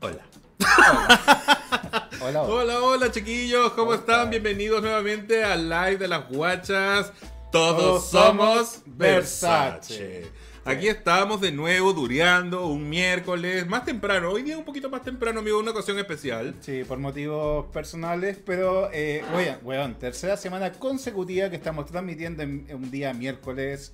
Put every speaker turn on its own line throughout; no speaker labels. Hola.
Hola, hola.
Hola, hola chiquillos, ¿cómo
Hola.
están? Bienvenidos nuevamente al live de las guachas. Todos
Todos
somos
somos
Versace.
Versace.
Aquí estamos de nuevo dureando un miércoles, más temprano, hoy día un poquito más temprano, amigo, una ocasión especial.
Sí, por motivos personales, pero, eh, weón, weón, tercera semana consecutiva que estamos transmitiendo en, en un día miércoles.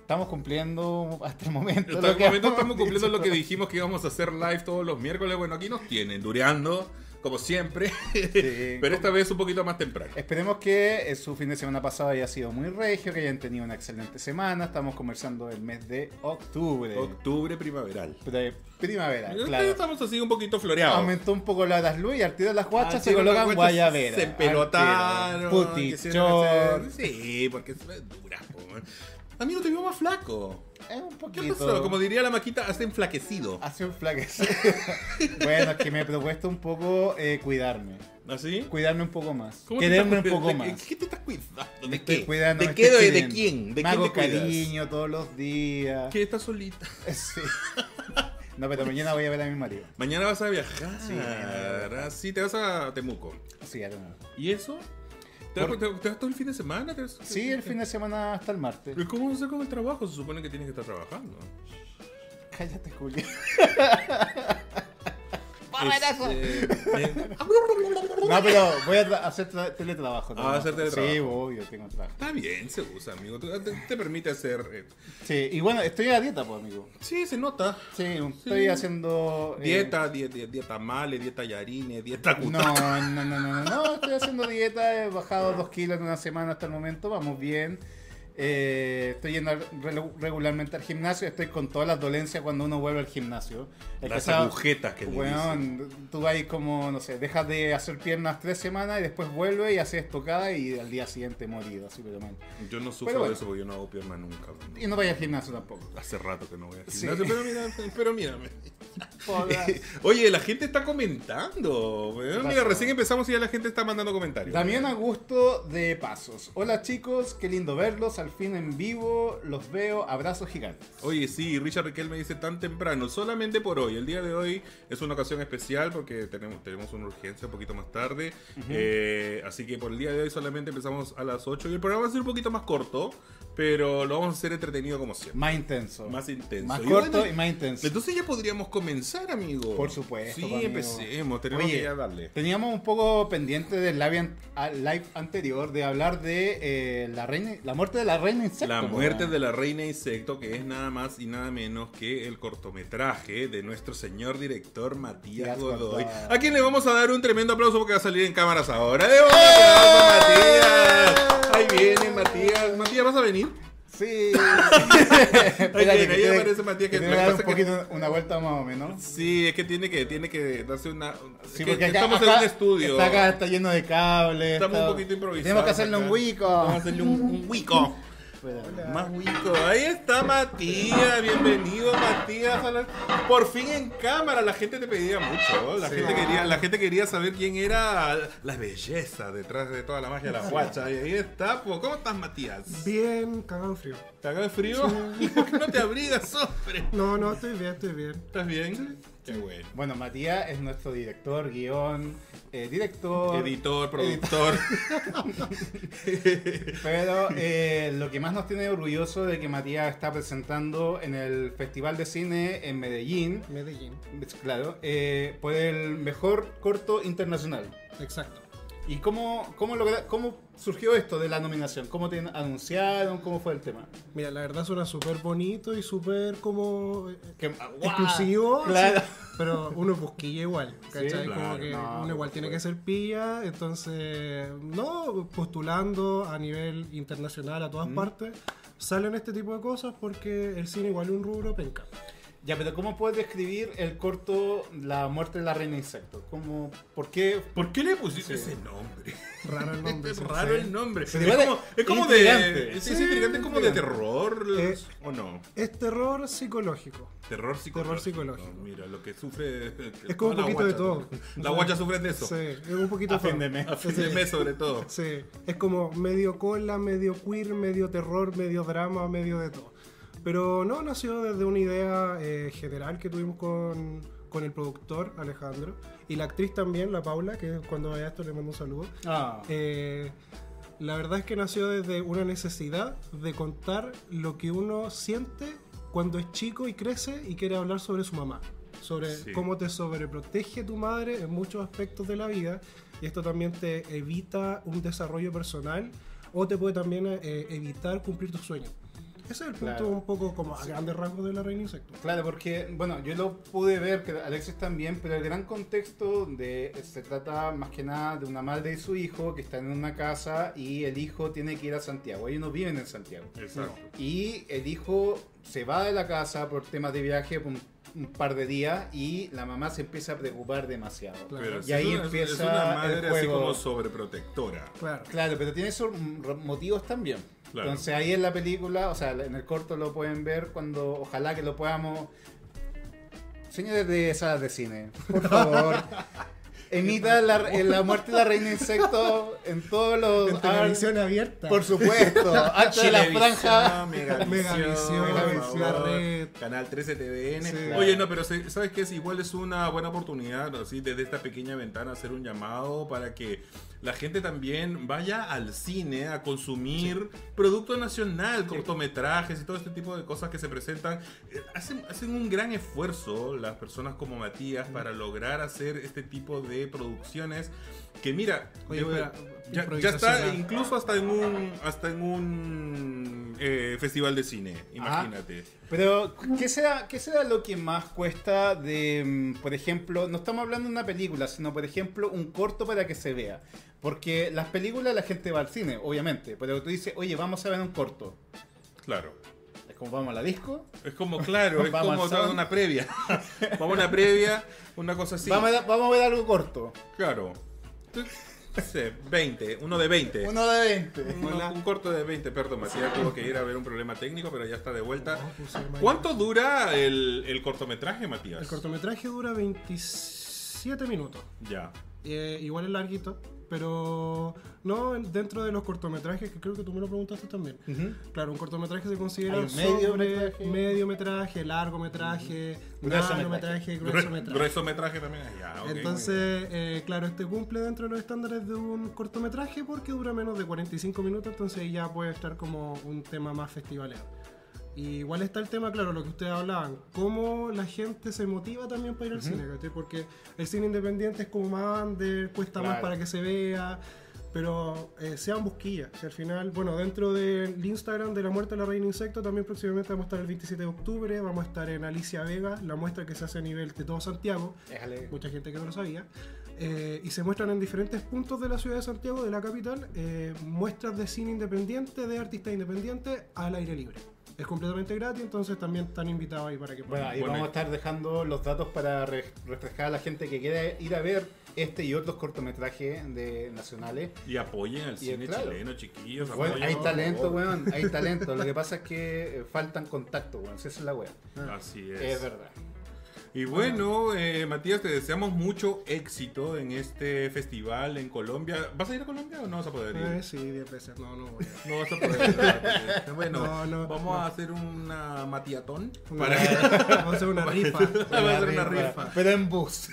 Estamos cumpliendo hasta el momento.
Hasta
lo
el
que
momento
hemos
estamos cumpliendo
dicho.
lo que dijimos que íbamos a hacer live todos los miércoles. Bueno, aquí nos tienen dureando, como siempre,
Sí.
pero esta vez un poquito más temprano.
Esperemos que eh, su fin de semana pasado haya sido muy regio, que hayan tenido una excelente semana. Estamos conversando del mes de octubre.
Octubre primaveral.
De primavera,
Entonces
claro.
Estamos así un poquito floreados.
Aumentó un poco la das luz y al tiro las guachas
Al
se
tiro
colocan
las guachas
guayaberas.
Se empelotaron. quisieron
Putichón.
hacer- Sí, porque es dura, po. Amigo, te vio más flaco.
Es un
¿Qué
poquito.
pasó? Como diría la maquita, has enflaquecido.
Hace un flaquecito. bueno, es que me he propuesto un poco eh, cuidarme.
¿Así?
Cuidarme un poco más.
¿Ah, ¿Cómo te
Quererme un
estás-
poco
de-
más.
¿Qué te estás cuidando?
Me
¿De
estoy
qué?
cuidando,
¿De
me
qué?
estoy
¿De, de
queriendo.
quién? ¿De
me
quién
hago
te cuidas?
cariño todos los días.
Que estás solita.
Sí. No, pero mañana voy a ver a mi marido.
Mañana vas a viajar.
Sí,
Sí,
mañana voy a
te vas a Temuco.
Sí, ya tengo.
¿Y eso? ¿Te vas,
Por-
te- te vas todo el fin de semana? ¿Te vas-
Sí, el fin de semana hasta el martes.
¿Y cómo vas a hacer con el trabajo? Se supone que tienes que estar trabajando.
Cállate, Julián.
Este,
No, pero voy a tra- hacer tra- teletrabajo.
Ah, hacer teletrabajo.
Sí, obvio, tengo trabajo.
Está bien, se usa, amigo. Te, te- te permite hacer. eh,
Sí, y bueno, estoy a dieta, pues, amigo.
Sí, se nota.
Sí, estoy haciendo. eh,
Dieta, die- die- dieta male, dieta yarine, dieta
No,
cuta.
no, no, no, no, no, estoy haciendo dieta, he bajado dos kilos en una semana hasta el momento, vamos bien. Eh, estoy yendo al- re- regularmente al gimnasio, estoy con todas las dolencias cuando uno vuelve al gimnasio. El
Las
que sabe-
agujetas que le dicen.
Weón, tú vas ahí como, no sé, dejas de hacer piernas tres semanas y después vuelve y haces tocada y al día siguiente morido, así pero mal.
Yo no
Pero
sufro
bueno.
de eso porque yo no hago pierna nunca.
Y no vayas al gimnasio tampoco.
Hace rato que no voy a
Sí.
gimnasio, pero mira, pero mírame.
Hola.
Oye, la gente está comentando. weón.
¿Qué
Mira,
pasó?
recién empezamos y ya la gente está mandando comentarios.
Damián Augusto de Pasos. Hola chicos, qué lindo verlos, al fin en vivo, los veo, abrazos gigantes.
Oye, sí, Richard Riquel me dice tan temprano, solamente por hoy. El día de hoy es una ocasión especial porque tenemos, tenemos una urgencia un poquito más tarde. Eh, así que por el día de hoy solamente empezamos a las 8 y el programa va a ser un poquito más corto, pero lo vamos a hacer entretenido como siempre.
Más intenso.
Más intenso.
Más
Y
corto
bueno,
y más intenso.
Entonces ya podríamos comenzar, amigo.
Por supuesto,
Sí,
amigo.
empecemos, tenemos
Oye,
que ya darle.
Teníamos un poco pendiente del live, an- al live anterior de hablar de eh, la reina, la muerte de la reina insecto.
La muerte de la reina insecto, que es nada más y nada menos que el cortometraje de nuestro señor director Matías
Matías
Godoy.
Godoy.
A quien le vamos a dar un tremendo aplauso porque va a salir en cámaras ahora. ¡Eh, ¡De un
¡Eh!
aplauso a Matías! Ahí viene Matías. Matías, ¿vas a venir?
Sí.
Ahí
Espérate,
viene, ahí
tiene-
aparece Matías, que
tiene
lo que
dar un
pasa es que-
poquito una vuelta más o menos.
Sí, es que tiene que, tiene que darse una.
Sí,
es que
porque acá-
estamos en
acá-
un estudio.
Está acá, está lleno de cables.
Estamos
está-
un poquito improvisados.
Tenemos que hacerle
acá.
un huico.
Vamos a hacerle un, un huico. Más huico. Ahí está Matías. Bienvenido, Matías. a la- Por fin en cámara. La gente te pedía mucho. ¿no? La,
Sí.
gente quería, la gente quería saber quién era la belleza detrás de toda la magia de la guacha. Y ahí está. po. ¿Cómo estás, Matías?
Bien, cagado en frío.
¿Te acaba de frío? ¿Por qué no te abrigas, hombre?
No, no, estoy bien, estoy bien.
¿Estás bien? Qué bueno.
Bueno, Matías es nuestro director, guión, eh, director.
Editor, productor.
Pero eh, lo que más nos tiene orgulloso de que Matías está presentando en el Festival de Cine en Medellín,
Medellín.
es claro, eh, por el mejor corto internacional.
Exacto.
¿Y cómo, cómo, logra- cómo surgió esto de la nominación? ¿Cómo te anunciaron? ¿Cómo fue el tema?
Mira, la verdad suena súper bonito y súper como eh,
Que- ah,
exclusivo.
Claro.
así, pero uno es busquilla igual, ¿cachai?
claro,
como que
no,
uno igual tiene
pues.
que ser pilla, entonces, no, postulando a nivel internacional a
Mm.
todas partes, salen este tipo de cosas porque el cine igual es un rubro penca.
Ya, pero ¿cómo puedes describir el corto La muerte de la reina insecto? ¿Cómo, ¿Por qué?
¿Por qué le pusiste
Sí.
ese nombre?
Raro el nombre.
Es
sí,
raro
sí.
el nombre.
Se
es
llama
como,
de-
es como
intrigante.
de. Es, es
Sí,
intrigante, es como de
intrigante.
terror.
Eh,
¿O no?
Es terror psicológico.
Terror psicológico.
Terror psicológico.
No, mira, lo que sufre.
Es como
toda
un
la
poquito de
guacha,
todo.
¿no? La guacha sufre de eso.
Sí, es un poquito
A fin
todo.
de mes.
A fin de
Sí.
mes, sobre todo.
Sí, es como medio cola, medio queer, medio terror, medio drama, medio de todo. Pero no, nació desde una idea eh, general que tuvimos con, con el productor Alejandro y la actriz también, la Paula, que cuando vea esto le mando un saludo.
Ah,
Eh, la verdad es que nació desde una necesidad de contar lo que uno siente cuando es chico y crece y quiere hablar sobre su mamá. Sobre
Sí.
cómo te sobreprotege tu madre en muchos aspectos de la vida. Y esto también te evita un desarrollo personal o te puede también eh, evitar cumplir tus sueños. Ese es el punto
Claro.
un poco como a grandes rasgos de la reina insecto.
Claro, porque, bueno, yo lo pude ver, que Alexis también, pero el gran contexto de se trata más que nada de una madre y su hijo que están en una casa y el hijo tiene que ir a Santiago. Ellos no viven en Santiago.
Exacto.
Y el hijo se va de la casa por temas de viaje por un, un par de días y la mamá se empieza a preocupar demasiado.
Claro.
Pero
Y
si
ahí
es una-
empieza
Es una
el
madre así
juego.
como sobreprotectora.
Claro.
Claro, pero tiene sus r- motivos también.
Claro.
Entonces ahí en la película, o sea, en el corto lo pueden ver cuando ojalá que lo podamos... Señores de salas de cine, por favor, emita la, eh, la muerte de la reina insecto en todos los...
En televisión abierta.
Por supuesto, antes de la franja.
Megavisión,
Megavisión,
Megavisión,
la red.
Canal 13 TVN.
Sí.
Oye, no, pero se- ¿sabes qué? Es Igual es una buena oportunidad, así, desde esta pequeña ventana hacer un llamado para que la gente también vaya al cine a consumir producto nacional, cortometrajes y todo este tipo de cosas que se presentan. Eh, Hacen, hacen un gran esfuerzo las personas como Matías para lograr hacer este tipo de producciones que mira,
Oye,
yo-
espera,
ya, ya
improvisación,
está
ah.
incluso hasta en un hasta en un eh, festival de cine, imagínate.
Pero, ¿qué será, ¿qué será lo que más cuesta de, mm, por ejemplo, no estamos hablando de una película, sino, por ejemplo, un corto para que se vea? Porque las películas la gente va al cine, obviamente, pero tú dices, oye, vamos a ver un corto.
Claro.
Es como vamos a la disco,
Es como claro, es
Vamos
como
al salón.
una previa. Vamos a una previa, una cosa así.
vamos, a, vamos a ver algo corto.
Claro. No sé, 20, uno de 20.
Uno de 20.
Un- un corto de 20, perdón, Matías tuvo que ir a ver un problema técnico, pero ya está de vuelta.
No, pues, hermano.
¿Cuánto dura el, el cortometraje, Matías?
El cortometraje dura 27 minutos.
Ya.
Eh, igual es larguito, pero no en- dentro de los cortometrajes, que creo que tú me lo preguntaste también.
Ujú.
Claro, un cortometraje se considera
Hay un medio
sobre
metraje.
medio metraje, largo metraje,
Grueso
nanometraje, grueso
Grueso,
metraje.
grueso metraje también. Ya, Ah, ok.
Entonces, eh, claro, este cumple dentro de los estándares de un cortometraje porque dura menos de 45 minutos, entonces ahí ya puede estar como un tema más festivalero. Y igual está el tema, claro, lo que ustedes hablaban, cómo la gente se motiva también para ir al cine, ¿cachai? Porque el cine independiente es como más under, cuesta más
Claro.
para que se vea, pero eh, sean busquillas. Si al final, bueno, dentro del Instagram de La Muerte de la Reina Insecto, también próximamente vamos a estar el 27 de octubre, vamos a estar en Alicia Vega, la muestra que se hace a nivel de todo Santiago
Déjale.
mucha gente que no lo sabía, eh, y se muestran en diferentes puntos de la ciudad de Santiago, de la capital, eh, muestras de cine independiente, de artistas independientes al aire libre. Es completamente gratis, entonces también están invitados ahí para que
Bueno, ahí
Bueno,
vamos
y-
a estar dejando los datos para re- refrescar a la gente que quiera ir a ver este y otros cortometrajes de nacionales.
Y apoyen al cine
claro.
chileno, chiquillos.
Bueno,
apoyen,
hay
por
talento,
favor.
weón, hay talento. Lo que pasa es que eh, faltan contactos, weón. si Esa es la weá.
Así es.
Es verdad.
Y bueno, eh, Matías, te deseamos mucho éxito en este festival en Colombia. ¿Vas a ir a Colombia o no vas a poder ir?
Eh, sí, 10 veces. No, no voy a-
No vas a poder. ¿verdad? bueno,
No, no,
vamos
no.
a hacer una matiatón.
Una-
Para que-
Vamos a hacer una rifa.
Vamos a hacer una rifa.
Pero en bus.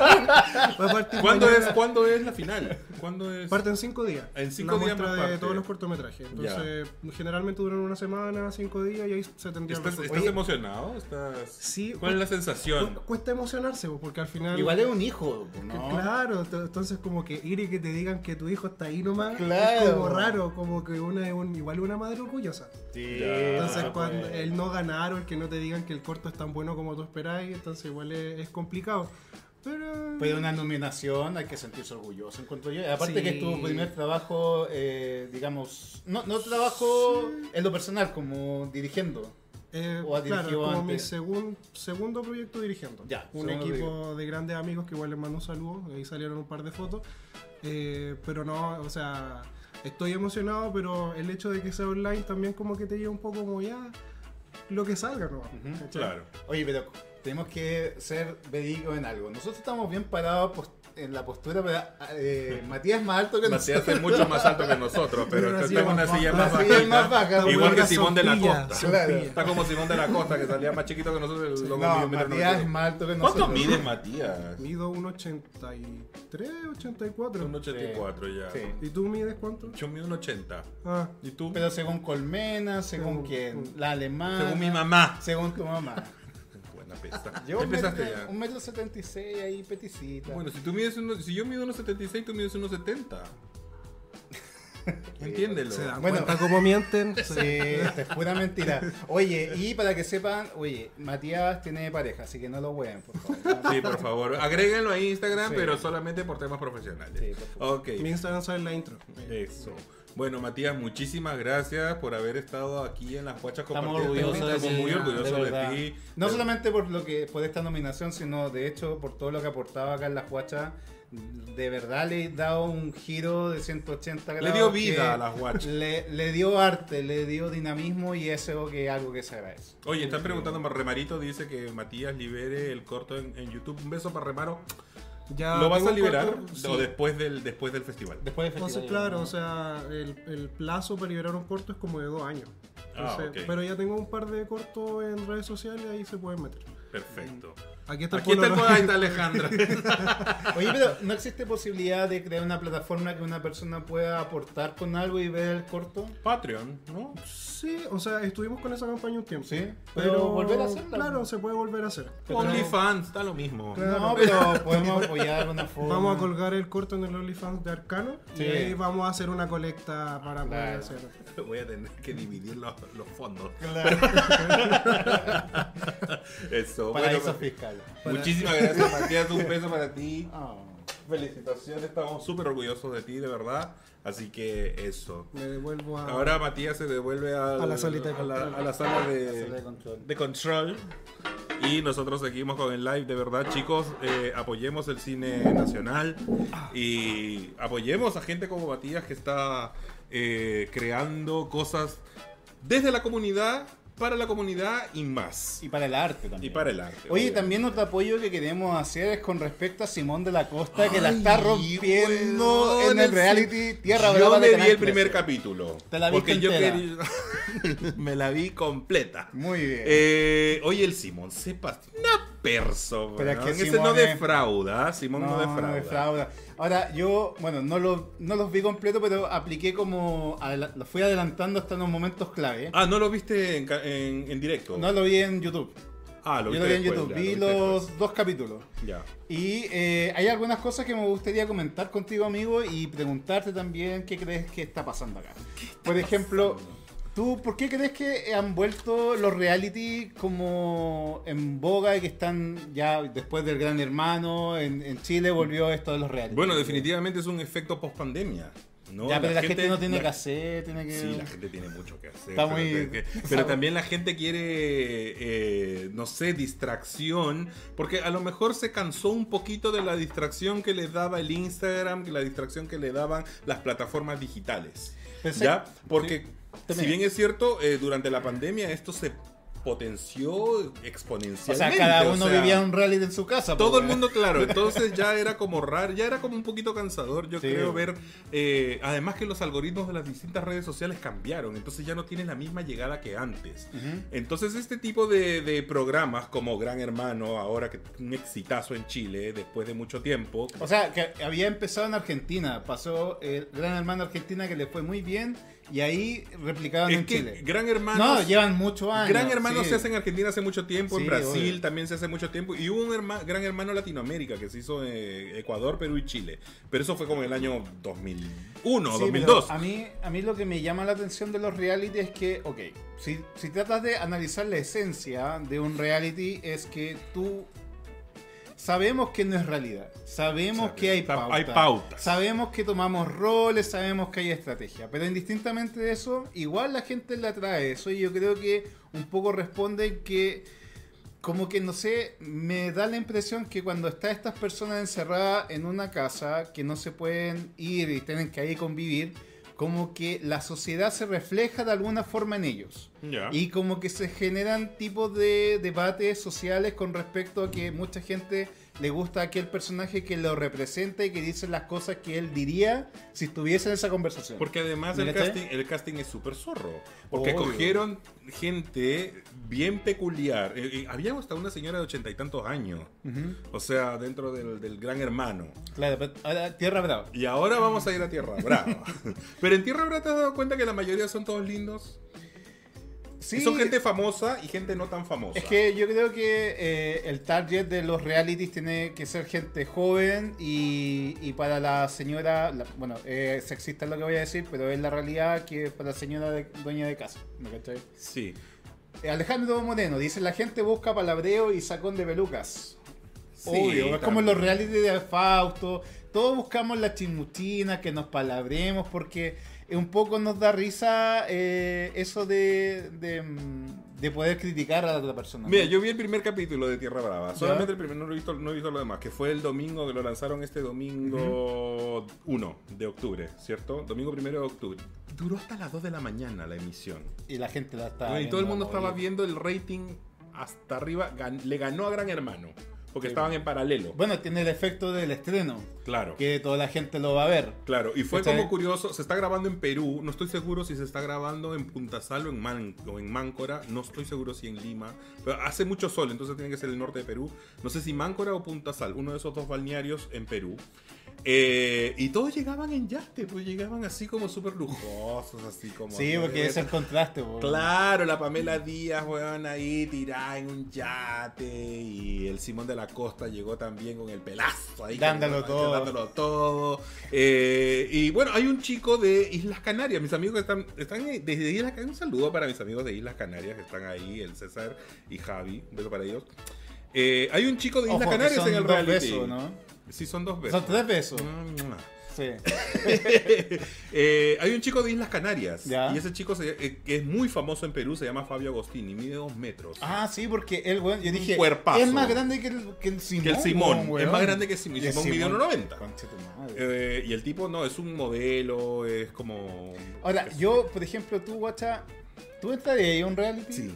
Va a partir
¿Cuándo
mañana-
es, ¿Cuándo es la final? ¿Cuándo es?
Parte en 5 días.
En cinco
La
días
muestra
más
de
parte.
todos los cortometrajes. Entonces, generalmente duran una semana, 5 días y ahí se tendría
¿Estás,
el resultado.
estás
Oye.
emocionado? ¿Estás...
Sí,
¿Cuál es la
cu-
sensación?
cuesta emocionarse, pues, porque al final.
Igual es un hijo, pues, ¿no?
Claro, t- entonces como que ir y que te digan que tu hijo está ahí nomás es
Claro.
como raro, como que una es un, igual una madre orgullosa.
Sí,
Ya.
Entonces
pues.
cuando el no ganar o el que no te digan que el corto es tan bueno como tú esperáis, entonces igual es, es complicado. Pero...
Pero una nominación hay que sentirse orgulloso, encuentro yo. Aparte
Sí.
que es tu primer trabajo, eh, digamos, no, no trabajo en lo personal, como dirigiendo.
Eh,
o ha
claro,
dirigido
como mi
antes.
segun- segundo proyecto dirigiendo.
Ya,
un
segundo
equipo de grandes amigos que igual les mando un saludo. Ahí salieron un par de fotos. Eh, pero no, o sea, estoy emocionado, pero el hecho de que sea online también como que te lleva un poco como ya lo que salga, ¿no?
Ujú,
¿Cachai?
Claro.
Oye, pero tenemos que ser verídicos en algo. Nosotros estamos bien parados pos- en la postura, pero eh, Matías es más alto que
Matías
nosotros.
es mucho más alto que nosotros, pero
Una
está
silla
en una
más
silla
baja.
más
Una silla más
bajita.
baja,
Igual que
Una
Simón de la Costa.
sombrilla,
Claro.
sombrilla.
Está como Simón de la Costa, que salía más chiquito que nosotros. el loco mide
No,
un metro
Matías es
noventa y
más alto que
dos. ¿Cuánto
nosotros.
mide Matías?
Mido un 83, 84.
Un 84 ya.
Sí.
¿Y tú mides cuánto?
Yo mido un 80.
Ah,
¿Y tú?
Pero según Colmena, según
Según-
quién, la alemana.
Según mi mamá.
Según tu mamá.
Buena pesta.
ah, Yo un
Empezaste
metro-
ya.
un metro setenta y seis ahí, peticita.
Bueno, si tú mides uno, si yo mido unos 76, tú mides unos 70. Entiéndelo.
se dan
Bueno.
cuenta cómo mienten.
Sí, esta es pura mentira. Oye, y para que sepan, oye, Matías tiene pareja, así que no lo hueven, por favor.
Sí, por favor. Agréguenlo a Instagram,
Sí.
pero solamente por temas profesionales.
Sí, por
ok.
Mi Instagram sale en la intro.
Eso. Bueno, Matías, muchísimas gracias por haber estado aquí en las Guachas
Estamos
Compartidas.
orgullosos de
Estamos
ti,
muy
de
orgullosos de,
verdad.
ti.
este No
De-
solamente por lo que por esta nominación, sino de hecho por todo lo que aportaba acá en la Huacha. De verdad le he dado un giro de 180 grados.
Le dio vida
que
a las Guachas.
Le, le dio arte, le dio dinamismo y eso que es algo que se agradece.
Oye, están preguntando, Remarito dice que Matías libere el corto en, en YouTube. Un beso para Remaro.
Ya
¿Lo vas
Ah, tengo
a
un
liberar
corto- sí.
o después del, después del festival?
Después de
Entonces, claro, o sea, el, el plazo para liberar un corto es como de dos años.
Ah,
Entonces,
ok.
Pero ya tengo un par de cortos en redes sociales, ahí se pueden meter.
Perfecto.
Aquí está el
Aquí está el
Polaroid.
Ahí está Alejandra.
Oye, pero ¿no existe posibilidad de crear una plataforma que una persona pueda aportar con algo y ver el corto?
Patreon, ¿no?
Sí, o sea, estuvimos con esa campaña un tiempo.
Sí, pero volver a hacerla.
Claro, se puede volver a hacer.
Pero-
OnlyFans, está lo mismo.
No, pero podemos apoyar de alguna forma.
Vamos a colgar el corto en el OnlyFans de Arcano
Sí.
y ahí vamos a hacer una colecta para
Claro.
poder hacer.
Voy a tener que dividir los, los fondos.
Claro,
Eso. bueno,
paraísos fiscales.
muchísimas gracias, Matías. Un beso para ti.
Ah.
Felicitaciones, estamos súper orgullosos de ti, de verdad. Así que eso.
Me devuelvo a.
Ahora Matías se devuelve al-
Ah. A la salita de
a la,
control.
a la sala
La
de,
sala de control.
de control. Y nosotros seguimos con el live, de verdad, chicos. eh, apoyemos el cine nacional y apoyemos a gente como Matías que está eh, creando cosas desde la comunidad, para la comunidad y más.
Y para el arte también.
Y para el arte.
Oye,
obviamente.
también otro apoyo que queremos hacer es con respecto a Simón de la Costa, que la está rompiendo
weón,
en el
el
reality Tierra
Yo
Brava. de
me vi
Canal
el primer
13.
capítulo.
Te la
porque
viste
yo
entera.
quería- me la vi completa.
Muy bien.
Eh, oye, el Simón sepas una persona.
Pero es que
ese
Simón
no
es-
defrauda. ah, Simón no, defrauda.
defrauda. Ahora, yo, bueno, no, lo, no los vi completo, pero apliqué como. adela- Los fui adelantando hasta los momentos clave.
Ah, ¿no lo viste en, ca- en- en directo?
No lo vi en YouTube.
ah, lo viste
yo lo vi en
después,
YouTube.
ya,
vi
lo viste
los dos capítulos.
después. Ya.
Y eh, hay algunas cosas que me gustaría comentar contigo, amigo, y preguntarte también qué crees que está pasando acá. Por ejemplo, ¿tú por qué crees que han vuelto los reality como en boga y que están ya después del Gran Hermano, en, en Chile volvió esto de los reality?
Bueno, definitivamente es un efecto post pandemia. ¿no?
ya, pero la, gente, no tiene
la-
que hacer, tiene que...
Sí, la gente tiene mucho que hacer.
Está muy-
pero, que- pero también la gente quiere, eh, no sé, distracción, porque a lo mejor se cansó un poquito de la distracción que les daba el Instagram, la distracción que le daban las plataformas digitales.
Pero se-
¿Ya? Porque, si
También.
bien es cierto, eh, durante la pandemia esto se potenció
O sea,
exponencialmente.
cada
o
uno
sea,
vivía un reality en su casa.
todo
pues,
el mundo, claro, entonces ya era como raro, ya era como un poquito cansador, yo
Sí.
creo, ver. eh, además que los algoritmos de las distintas redes sociales cambiaron, entonces ya no tienen la misma llegada que antes.
Ujú.
Entonces este tipo de, de programas como Gran Hermano, ahora que un exitazo en Chile, después de mucho tiempo,
O sea, que había empezado en Argentina, pasó el Gran Hermano Argentina que le fue muy bien y ahí replicaron
es
en
que
Chile.
Gran Hermano...
no, llevan muchos años.
Gran Hermano
sí.
se hace en Argentina hace mucho tiempo, en
Sí,
Brasil
obvio.
también se hace mucho tiempo, y hubo un herma- Gran Hermano Latinoamérica que se hizo en Ecuador, Perú y Chile. Pero eso fue como en el año 2001,
Sí,
2002.
pero A mí, a mí lo que me llama la atención de los reality es que, ok, si, si tratas de analizar la esencia de un reality es que tú... Sabemos que no es realidad, sabemos
Sabe-
que hay
pa-
pauta,
hay pautas.
sabemos que tomamos roles, sabemos que hay estrategia, pero indistintamente de eso, igual la gente le atrae eso y yo creo que un poco responde que como que no sé, me da la impresión que cuando están estas personas encerradas en una casa que no se pueden ir y tienen que ahí convivir, como que la sociedad se refleja de alguna forma en ellos.
Ya.
Y como que se generan tipos de debates sociales con respecto a que mucha gente le gusta aquel personaje que lo representa y que dice las cosas que él diría si estuviese en esa conversación.
Porque además el
¿Cachai?
casting, el casting es súper zorro. Porque
Obvio.
cogieron gente bien peculiar. Eh, eh, había hasta una señora de ochenta y tantos años.
Ujú.
O sea, dentro del, del gran hermano.
Claro, pero ahora Tierra Brava.
Y ahora vamos a ir a Tierra Brava. Pero en Tierra Brava te has dado cuenta que la mayoría son todos lindos.
Sí,
Y son gente famosa y gente no tan famosa.
es que yo creo que eh, el target de los realities tiene que ser gente joven y, y para la señora, la- bueno, eh, sexista es lo que voy a decir, pero es la realidad que es para la señora de- dueña de casa. ¿me cachai?
Sí.
Eh, Alejandro Moreno dice: La gente busca palabreo y sacón de pelucas.
Sí,
Obvio, es como
también.
en los reality de Fausto. Todos buscamos la chismuchina, que nos palabremos, porque un poco nos da risa eh, eso de, de, mm, de poder criticar a la otra persona. ¿no?
Mira, yo vi el primer capítulo de Tierra Brava.
Ya.
Solamente el primer, no, lo he visto, no he visto lo demás. Que fue el domingo, que lo lanzaron este domingo 1 de octubre, ¿cierto? Domingo 1 de octubre. Duró hasta las 2 de la mañana la emisión.
Y la gente la está.
Bueno, y todo el mundo
obvio.
estaba viendo el rating hasta arriba. Gan- le ganó a Gran Hermano. Porque
Sí.
estaban en paralelo.
Bueno, tiene el efecto del estreno,
Claro.
que toda la gente lo va a ver.
Claro, y fue
¿Cachai?
como curioso, se está grabando en Perú, no estoy seguro si se está grabando en Puntasal o en, Man- o en Máncora, no estoy seguro si en Lima, pero hace mucho sol, entonces tiene que ser el norte de Perú, no sé si Máncora o Puntasal, uno de esos dos balnearios en Perú. Eh, y todos llegaban en yaste, pues llegaban así como súper lujosos, así como...
Sí, porque ese es el contraste. po.
Claro, la Pamela Díaz, weón, ahí tirada en un yate. Y el Simón de la Costa llegó también con el pelazo ahí.
Dándolo
que-
todo.
Dándolo todo. Eh, y bueno, hay un chico de Islas Canarias. Mis amigos que están, están desde Islas Canarias. Un saludo para mis amigos de Islas Canarias que están ahí, el César y Javi. Un beso para ellos. Eh, hay un chico de
Ojo,
Islas
que
Canarias
son
en el
dos
reality.
besos, ¿no?
Sí, son dos besos.
Son tres besos.
Mm,
Sí.
eh, hay un chico de Islas Canarias.
Ya.
Y ese chico se- eh, que es muy famoso en Perú se llama Fabio Agostini. Mide dos metros.
Ah, sí, porque el weón, yo dije,
cuerpazo.
es más grande que el, que el Simón.
que el Simón.
weón.
Es más grande que Simón. Y
Y el
Simón mide
Simón,
1,90.
concha tu madre.
Eh, y el tipo no, es un modelo, es como.
Ahora,
es-
yo, por ejemplo, tú, guacha, ¿tú entrarías ahí a un reality?
Sí.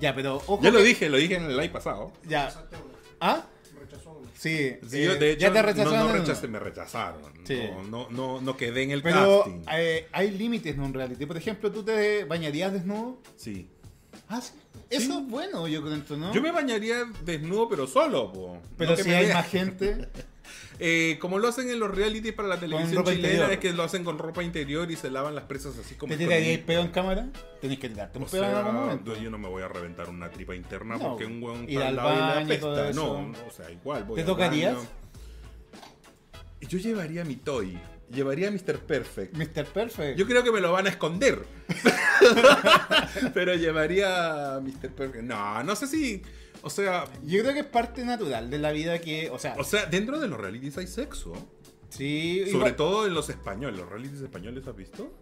Ya, pero ojo.
Ya lo
que-
dije, lo dije en el live pasado.
Ya.
Rechazaste uno,
¿Ah?
rechazó uno.
Sí.
Sí,
eh,
yo, de hecho,
ya te
no,
rechazaron.
no
en
rechacé,
uno.
me rechazaron.
Sí.
No, no, no, no quedé en el
Pero
casting.
eh, hay límites en un reality. Por ejemplo, ¿tú te bañarías desnudo?
Sí.
Ah, sí. Eso es bueno, yo creo, ¿no?
Yo me bañaría desnudo, pero solo, po.
Pero
No que
si
me
hay
vean.
más gente,
Eh, como lo hacen en los realities para la televisión
ropa
chilena,
interior.
es que lo hacen con ropa interior y se lavan las presas así como.
¿te tiraría el pedo en cámara? Tenés que tirarte un
O
pedo en algún
sea,
momento.
yo, yo no me voy a reventar una tripa interna
No,
porque un hueón
ir al
lado y le
baño y
apesta.
todo eso.
No, no, o sea, igual. Voy
¿Te
al
tocarías?
baño. Yo llevaría mi toy. Llevaría Mr. Perfect.
Mr. Perfect.
Yo creo que me lo van a esconder. Pero llevaría Mr. Perfect. No, no sé si. O sea.
Yo creo que es parte natural de la vida que, o sea,
O sea, dentro de los realities hay sexo.
sí,
Sobre
igual-
todo en los españoles. ¿Los realities españoles has visto?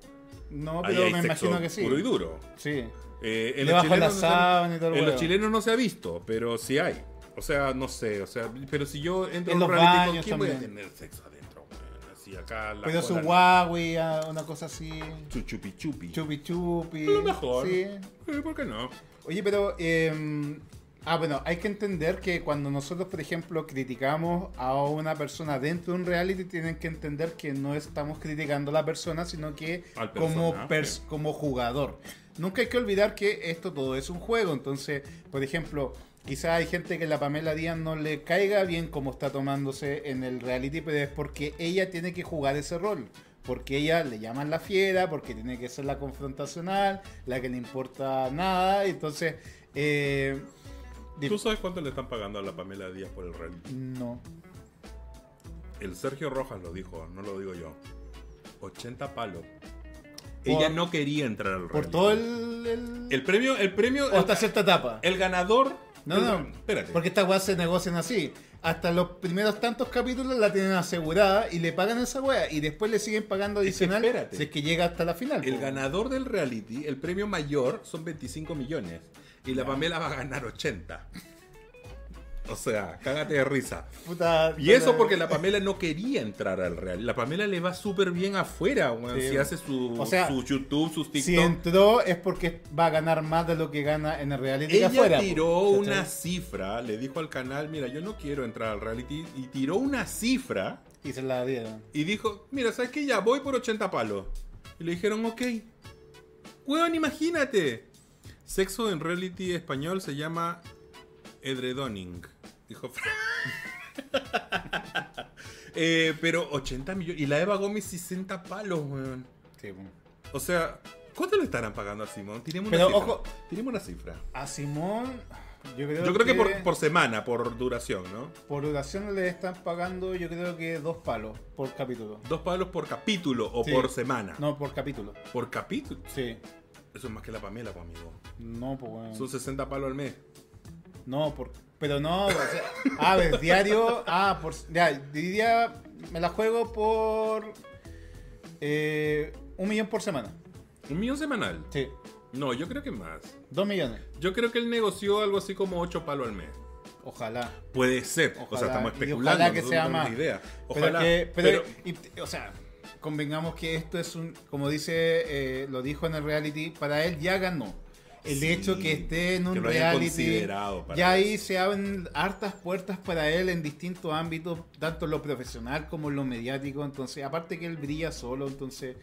no,
Ahí
pero
hay
me
sexo
imagino que sí.
Puro y duro.
Sí.
Eh, en los
Debajo de la
chilenos no se-
sábana y todo el
en los
huevo.
chilenos no se ha visto, pero sí hay. O sea, no sé, o sea, pero si yo entro
En
a un
los
reality, ¿con
baños
quién voy a
también.
tener sexo adentro? weón? Así acá la
Pero su
cola-
Huawei, ah, una cosa así.
su chupi chupi.
Chupi chupi.
lo mejor.
Sí.
Eh, ¿Por qué no?
Oye, pero. eh, ah, bueno, hay que entender que cuando nosotros, por ejemplo, criticamos a una persona dentro de un reality, tienen que entender que no estamos criticando a la persona, sino que
Al
como,
personaje.
pers- como jugador. Nunca hay que olvidar que esto todo es un juego. Entonces, por ejemplo. Quizás hay gente que la Pamela Díaz no le caiga bien como está tomándose en el reality, pero es porque ella tiene que jugar ese rol. Porque ella le llaman la fiera, porque tiene que ser la confrontacional, la que le importa nada. Entonces, eh, di-
¿Tú sabes cuánto le están pagando a la Pamela Díaz por el reality?
no.
El Sergio Rojas lo dijo, no lo digo yo. 80 palos.
Por-
Ella no quería entrar al reality.
Por todo el. el-
El premio, el premio...
o hasta cierta etapa.
El ganador...
No, no.
Espérate.
Porque estas weas se negocian así. Hasta los primeros tantos capítulos la tienen asegurada y le pagan esa wea. Y después le siguen pagando
Es que
adicional
espérate.
si es que llega hasta la final.
El
po.
ganador del reality, el premio mayor, son 25 millones. Y la Pamela va a ganar 80. O sea, cágate de risa.
Puta,
Y eso porque la Pamela no quería entrar al real. La Pamela le va súper bien afuera, weón.
Sí.
Si hace su,
O sea,
su YouTube, sus TikTok.
Si entró es porque va a ganar más de lo que gana en el reality
Ella
afuera.
tiró
po, ¿cachai?
una cifra, le dijo al canal, mira, yo no quiero entrar al reality. Y tiró una cifra
Y se la dieron.
y dijo, mira, ¿sabes qué? Ya voy por 80 palos. Y le dijeron, ok. Weón, imagínate. Sexo en reality español se llama edredoning. Dijo Fra- Eh, pero 80 millones. Y la Eva Gómez 60 palos, weón.
Sí, po.
O sea, ¿cuánto le estarán pagando a Simón? Tiremos una
Pero,
cifra.
ojo.
Tiremos una cifra.
A Simón, yo creo,
Yo creo que por, por semana, por duración, ¿no?
por duración le están pagando, yo creo que dos palos por capítulo.
Dos palos por capítulo o
Sí.
por semana.
No, por capítulo.
Por capítulo.
Sí.
Eso es más que la Pamela, pues, amigo.
No, pues bueno.
Son 60 palos al mes.
No, por, pero no. o sea, a ver, diario. Ah, por. Ya, diría. Me la juego por. eh, un millón por semana.
¿Un millón semanal?
Sí.
No, yo creo que más.
Dos millones.
Yo creo que él negoció algo así como 8 palos al mes.
Ojalá.
Puede ser. o
Ojalá.
sea, estamos
Y
especulando.
ojalá que
nosotros
sea
no tenemos
más.
ni idea.
Pero
Ojalá.
que- pero-
pero-
y- o sea, convengamos que esto es un, como dice, eh, lo dijo en el reality, para él ya ganó. El
Sí,
hecho que esté en
que
un
lo hayan
reality,
considerado para
ya
eso.
ahí se abren hartas puertas para él en distintos ámbitos, tanto en lo profesional como en lo mediático. Entonces, aparte que él brilla solo, entonces.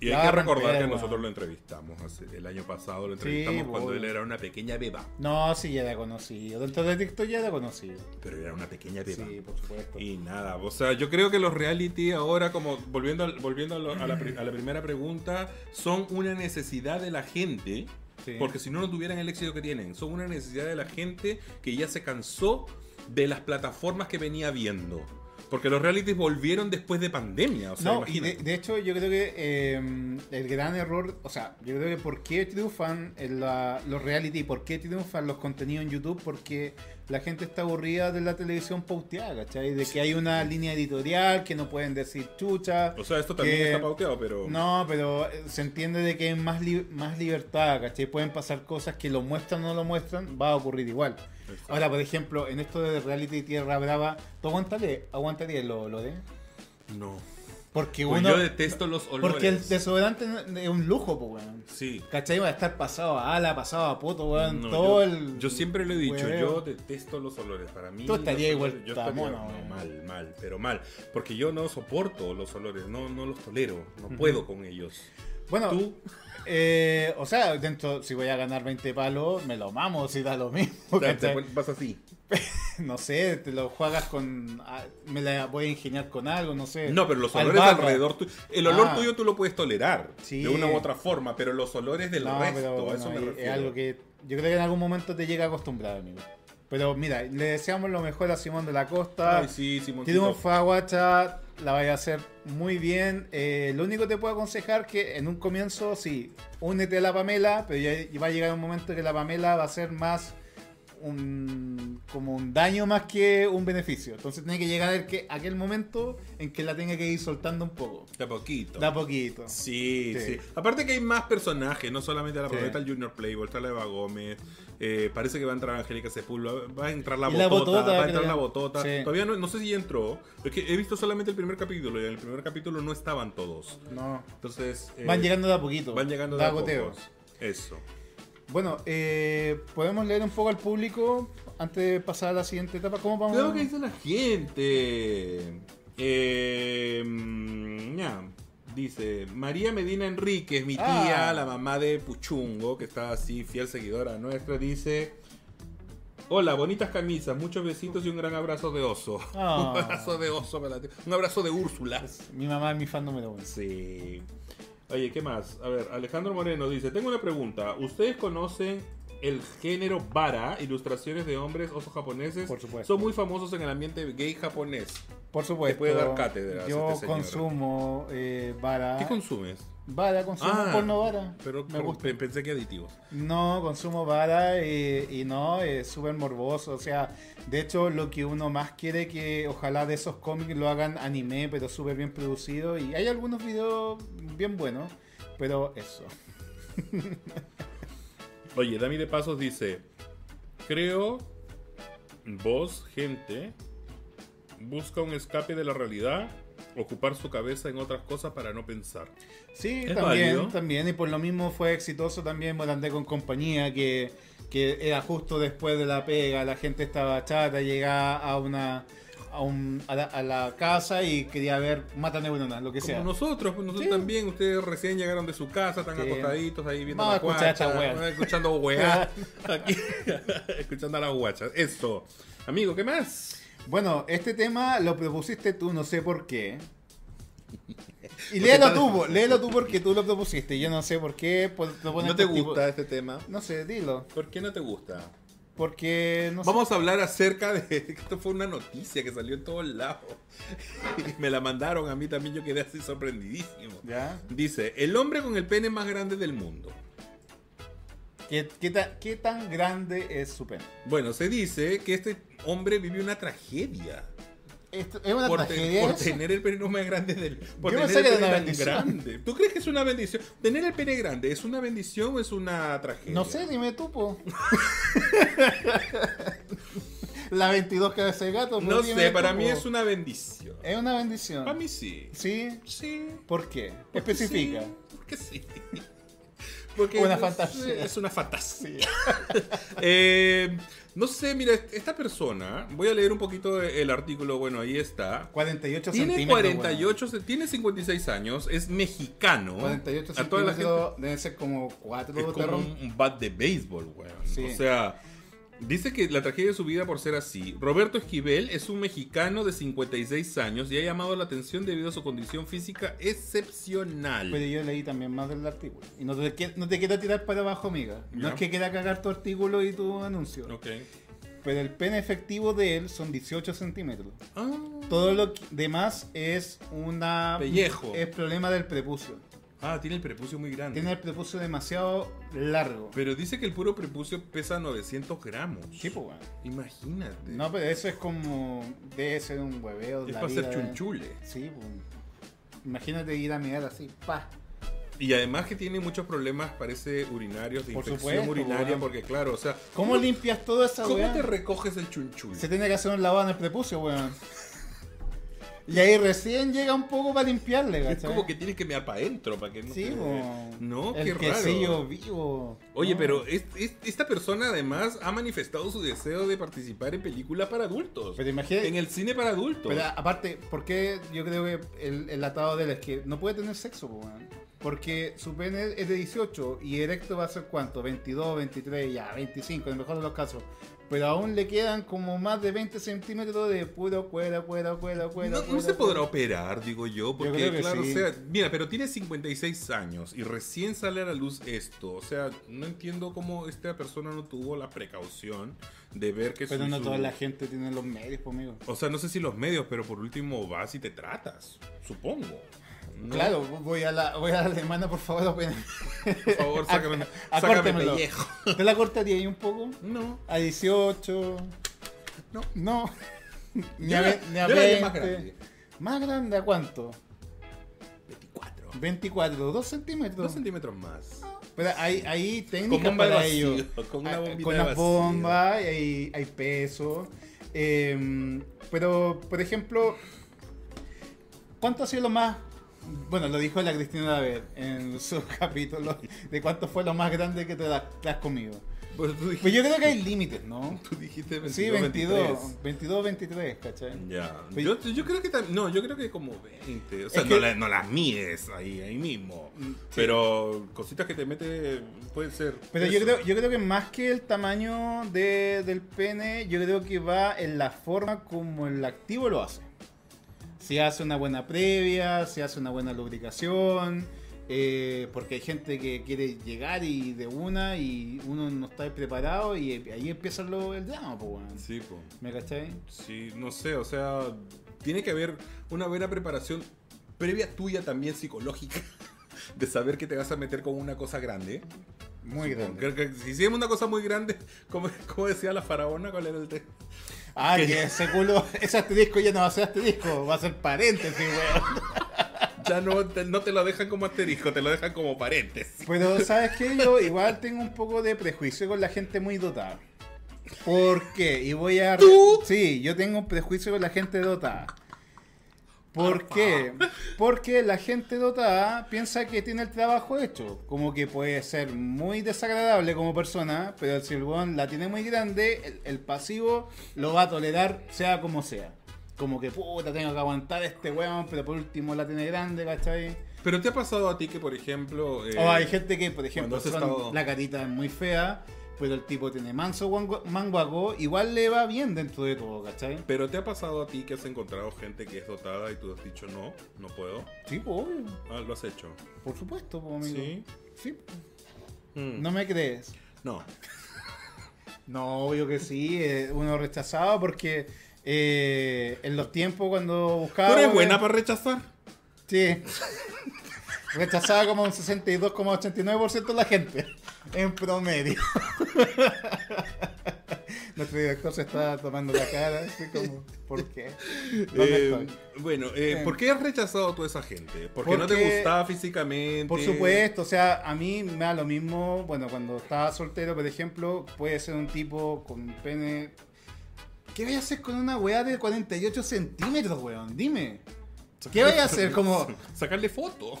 Y hay
la
que
va a
recordar
romper,
que
weón.
nosotros lo entrevistamos hace- el año pasado, lo entrevistamos cuando
obvio.
él era una pequeña beba.
No, sí, ya era conocido. Dentro de TikTok ya era conocido.
Pero era una pequeña beba.
Sí, pues. por supuesto.
Y nada, o sea, yo creo que los reality ahora, como volviendo, al- volviendo a, lo- a la, pri- a la primera pregunta, son una necesidad de la gente,
Sí.
porque si no, no tuvieran el éxito que tienen. Son una necesidad de la gente que ya se cansó de las plataformas que venía viendo. Porque los realities volvieron después de pandemia, o sea,
No, y de,
imagínate.
de hecho yo creo que eh, el gran error, o sea, yo creo que por qué triunfan en la- los reality, por qué triunfan los contenidos en YouTube, porque la gente está aburrida de la televisión pauteada, ¿cachai? De que hay una línea editorial, que no pueden decir chucha.
O sea, esto también
que-
está pauteado, pero...
No, pero eh, se entiende de que hay más, li- más libertad, ¿cachai? Pueden pasar cosas que lo muestran o no lo muestran, va a ocurrir igual.
Exacto.
Ahora, por ejemplo, en esto de reality Tierra Brava, ¿tú aguantarías, aguantarías lo, lo de?
No.
Porque
Pues
uno...
yo detesto los olores.
Porque el desodorante no- es un lujo, pues, weón.
Sí.
¿Cachai? Va a estar pasado a ala, pasado a poto, weón.
No,
todo
yo,
el.
yo siempre lo he dicho, yo
hueveo.
detesto los olores. Para mí.
Tú estarías
los
igual,
olores- Yo
está
estaría-
mono,
no,
weón.
mal, mal, pero mal. Porque yo no soporto los olores, no, no los tolero, no puedo con ellos.
Bueno,
Tú,
eh, o sea, dentro, si voy a ganar 20 palos, me lo mamo, si da lo mismo.
te- te
¿cachai?
pon- vas así.
No sé, te lo juegas con. ah, Me la voy a ingeniar con algo, no sé.
No, pero los
Al
olores
barra.
alrededor tuyo. El olor
Ah.
tuyo tú lo puedes tolerar
Sí.
de una u otra forma, pero los olores del
No,
resto,
pero
a
bueno,
eso me
ahí
refiero.
es algo que yo creo que en algún momento te llega a acostumbrar, amigo. Pero mira, le deseamos lo mejor a Simón de la Costa.
Ay, sí, Simoncito.
Triunfa, guacha, la vaya a hacer muy bien. Eh, lo único que te puedo aconsejar que en un comienzo, sí, únete a la Pamela, pero ya va a llegar un momento que la Pamela va a ser más un, como un daño más que un beneficio. Entonces tiene que llegar el que, aquel momento en que la tenga que ir soltando un poco.
De a poquito.
Da poquito.
Sí,
Sí.
sí, Aparte que hay más personajes, no solamente la
Sí.
prometa el Junior Playboy, está la Eva Gómez, eh, parece que va a entrar Angélica Sepúlveda, va a entrar la
Y
botota,
la Botota,
va a
creo
entrar
que-
la botota.
Sí.
Todavía no, no sé si ya entró, es que he visto solamente el primer capítulo y en el primer capítulo no estaban todos.
No.
Entonces... eh,
Van llegando de a poquito.
Van llegando de
da
a
goteo.
pocos. Eso.
Bueno, eh, podemos leer un poco al público antes de pasar a la siguiente etapa. ¿Cómo vamos?
Creo que dice la gente. Eh, mm, ya. Dice María Medina Enríquez, mi tía,
Ah.
la mamá de Puchungo, que está así, fiel seguidora nuestra, dice: Hola, bonitas camisas, muchos besitos y un gran abrazo de oso.
Ah.
un abrazo de oso para la tía. Un abrazo de Úrsula.
Mi mamá es mi fan número uno.
Sí. Oye, ¿qué más? A ver, Alejandro Moreno dice, tengo una pregunta. ¿Ustedes conocen el género vara, ilustraciones de hombres, osos japoneses?
Por supuesto.
Son muy famosos en el ambiente gay japonés.
Por supuesto.
Te puede dar cátedras
Yo
este señor.
consumo eh, vara.
¿Qué consumes?
Vara, consumo
Ah,
porno vara.
Pero
me
pero
gusta.
pe- pensé que aditivos.
No, consumo vara eh, y, no, es súper morboso. O sea, de hecho, lo que uno más quiere que ojalá de esos cómics lo hagan anime, pero súper bien producido. Y hay algunos videos bien buenos, pero eso.
Oye, Dami de Pasos dice, creo... Vos, gente, busca un escape de la realidad, ocupar su cabeza en otras cosas para no pensar.
Sí,
Es
también,
válido.
también. Y por lo mismo fue exitoso también Morandé con compañía, que, que era justo después de la pega, la gente estaba chata, llegaba a una a, un- a la, a la casa y quería ver Mata Neuronas, lo que sea.
Como nosotros, pues nosotros
Sí.
también, ustedes recién llegaron de su casa, están
Sí.
acostaditos ahí viendo la
Vamos a escuchar
guacha,
esta wea.
vamos escuchando weá, aquí, escuchando a las guachas. Eso. Amigo, ¿qué más?
Bueno, este tema lo propusiste tú, no sé por qué. Y
Porque
léelo
tal-
tú, po, léelo tú porque tú lo propusiste. Yo no sé por qué po- propones
¿No te
este tipo-
gusta este tema?
No sé, dilo.
¿Por qué no te gusta?
Porque no sé.
Vamos a hablar acerca de. Esto fue una noticia que salió en todos lados. Y me la mandaron a mí también, yo quedé así sorprendidísimo.
¿Ya?
Dice: El hombre con el pene más grande del mundo.
¿Qué, qué, ta- qué tan grande es su pene?
Bueno, se dice que este hombre vivió una tragedia.
Esto- es una
Por, te-
tragedia.
por
eso.
tener el pene más grande del por
Yo
tener
pensé
el
que era
pene
una
tan
bendición.
grande. ¿Tú crees que es una bendición? ¿Tener el pene grande es una bendición o es una tragedia?
No sé, dime tú, po. La 22 cabezas de gato. po,
No
dime
sé,
tú,
para
po.
mí es una bendición.
Es una bendición.
Para mí sí.
Sí.
Sí.
¿Por qué?
Porque
Especifica.
sí, Porque sí. Porque
Una
es-
fantasía.
Es una fantasía. Eh, no sé, mira, esta persona, voy a leer un poquito el artículo, bueno, ahí está.
48
Tiene
centímetros. weón.
48, se- tiene 56 años, es mexicano.
48
a toda la gente
centímetros deben ser como 4
es como un, un bat de béisbol, weón.
Sí.
O sea, dice que la tragedia de su vida por ser así. Roberto Esquivel es un mexicano de 56 años y ha llamado la atención debido a su condición física excepcional.
Pero yo leí también más del artículo. Y no te, qui- no te quiero tirar para abajo, amiga. No
Ya.
es que quiera cagar tu artículo y tu anuncio.
Ok.
Pero el pene efectivo de él son 18 centímetros.
Ah.
Todo lo que- demás es una...
Pellejo.
Es problema del prepucio.
Ah, tiene el prepucio muy grande.
Tiene el prepucio demasiado largo.
Pero dice que el puro prepucio pesa 900 gramos.
Sí, pues, weón.
Imagínate.
No, pero eso es como... Debe ser un hueveo. de
es
la
para hacer
vida, eh.
chunchule.
Sí, pues. Imagínate ir a mirar así, pa.
Y además que tiene muchos problemas, parece, urinarios, de
Por
infección
supuesto,
urinaria,
weón.
porque claro, o sea...
¿Cómo limpias toda esa
¿Cómo
weá?
te recoges el chunchule?
Se tiene que hacer un lavado en el prepucio, weón. Y ahí recién llega un poco para limpiarle,
Es
¿cachai?
como que tienes que mear para adentro, para que no
Sí,
te-
bo.
No,
El
qué
quesillo
raro.
vivo.
Oye,
No.
pero es- es- esta persona además ha manifestado su deseo de participar en películas para adultos.
Pero imagínate.
En el cine para adultos.
Pero aparte, ¿por qué yo creo que el, el atado de él es que no puede tener sexo, po, weón? Porque su pene es de 18 y erecto va a ser cuánto? 22, 23, ya, 25 en el mejor de los casos. Pero aún le quedan como más de 20 centímetros de puro cuero, cuero, cuero, cuero.
No, no
cuero,
se podrá
cuero.
operar, digo yo, porque
creo que
claro,
sí.
o sea, mira, pero tiene 56 años y recién sale a la luz esto, o sea, no entiendo cómo esta persona no tuvo la precaución de ver que
Pero
su-
no
su-
toda la gente tiene los medios, conmigo.
O sea, no sé si los medios, pero por último vas y te tratas, supongo. ¿no?
Claro, voy a la, voy a la alemana, por favor, opina.
Por favor, sácame,
a-
sácame
acórtemelo.
pellejo.
¿Te la cortaría ahí un poco?
No,
A 18.
No.
No. ni
Yo
a,
la-
ve- ni a
yo la haría más
20.
grande.
¿Más grande a cuánto?
24.
24, 2 centímetros.
Dos centímetros más.
Pero hay, hay técnicas
bomba de
para
vacío,
ello.
con una
Ah,
bombita
con
de
las
vacío.
bombas, hay, hay peso. Eh, pero, por ejemplo, ¿cuánto ha sido lo más... Bueno, lo dijo la Cristina David en su capítulo de cuánto fue lo más grande que te, la- te has comido.
Pues tú dijiste,
Pero yo creo que hay límites, ¿no?
tú dijiste
Sí,
22,
22, 22, 23, ¿cachai?
Ya.
Pues-
Yo, yo creo que tam- No, yo creo que como 20. O sea,
Es
no,
que-
la- no las mides ahí, ahí mismo.
Mm, sí.
Pero cositas que te mete pueden ser.
Pero
eso.
yo creo, yo creo que más que el tamaño de- del pene, yo creo que va en la forma como el activo lo hace. Si hace una buena previa, si hace una buena lubricación, eh, porque hay gente que quiere llegar y de una y uno no está preparado y eh, ahí empieza lo, el drama, pues, weón.
Sí, po.
¿Me cachai?
Sí, no sé, o sea, tiene que haber una buena preparación previa tuya también psicológica. De saber que te vas a meter con una cosa grande.
Muy
Supongo.
grande.
Que- que si hicimos una cosa muy grande, como, como decía la faraona, ¿cuál era el tema?
Ah,
que-
que ese culo, ese asterisco ya no va a ser asterisco, va a ser paréntesis, weón.
Ya no te, no te lo dejan como asterisco, te lo dejan como paréntesis.
Pues, Pero, ¿sabes qué? Yo igual tengo un poco de prejuicio con la gente muy dotada. ¿Por qué? Y voy a... Sí, yo tengo un prejuicio con la gente dotada. ¿Por qué? Porque la gente dotada piensa que tiene el trabajo hecho. Como que puede ser muy desagradable como persona, pero si el weón la tiene muy grande, el, el pasivo lo va a tolerar sea como sea. Como que puta, tengo que aguantar este weón, pero por último la tiene grande, ¿cachai?
Pero te ha pasado a ti que, por ejemplo. eh,
o Oh, hay gente que, por ejemplo,
cuando has
son-
estado-
la carita es muy fea, pero el tipo tiene manso guango- manguaco, igual le va bien dentro de todo, ¿cachai?
Pero te ha pasado a ti que has encontrado gente que es dotada y tú has dicho no, no puedo.
Sí, pues, obvio.
Ah, lo has hecho.
Por supuesto, pues, amigo.
Sí. Mm.
Sí, pues. ¿No me crees?
No.
No, obvio que sí. eh, uno rechazaba porque eh, en los tiempos cuando
¿Tú
buscaba...
eres
weón,
buena para rechazar?
Sí. Rechazaba como un 62,89% de la gente. En promedio. Nuestro director se está tomando la cara. Así como, ¿por qué? ¿Dónde
Eh,
estoy?
bueno, eh,
Eh.
¿por qué has rechazado tú a esa gente? ¿Porque, no te
Porque-
gustaba físicamente?
Por supuesto, o sea, a mí me da lo mismo, bueno, cuando estaba soltero, por ejemplo, puede ser un tipo con pene... ¿Qué voy a hacer con una weá de 48 centímetros, weón? Dime. ¿Qué voy a hacer? Como,
Sacarle foto.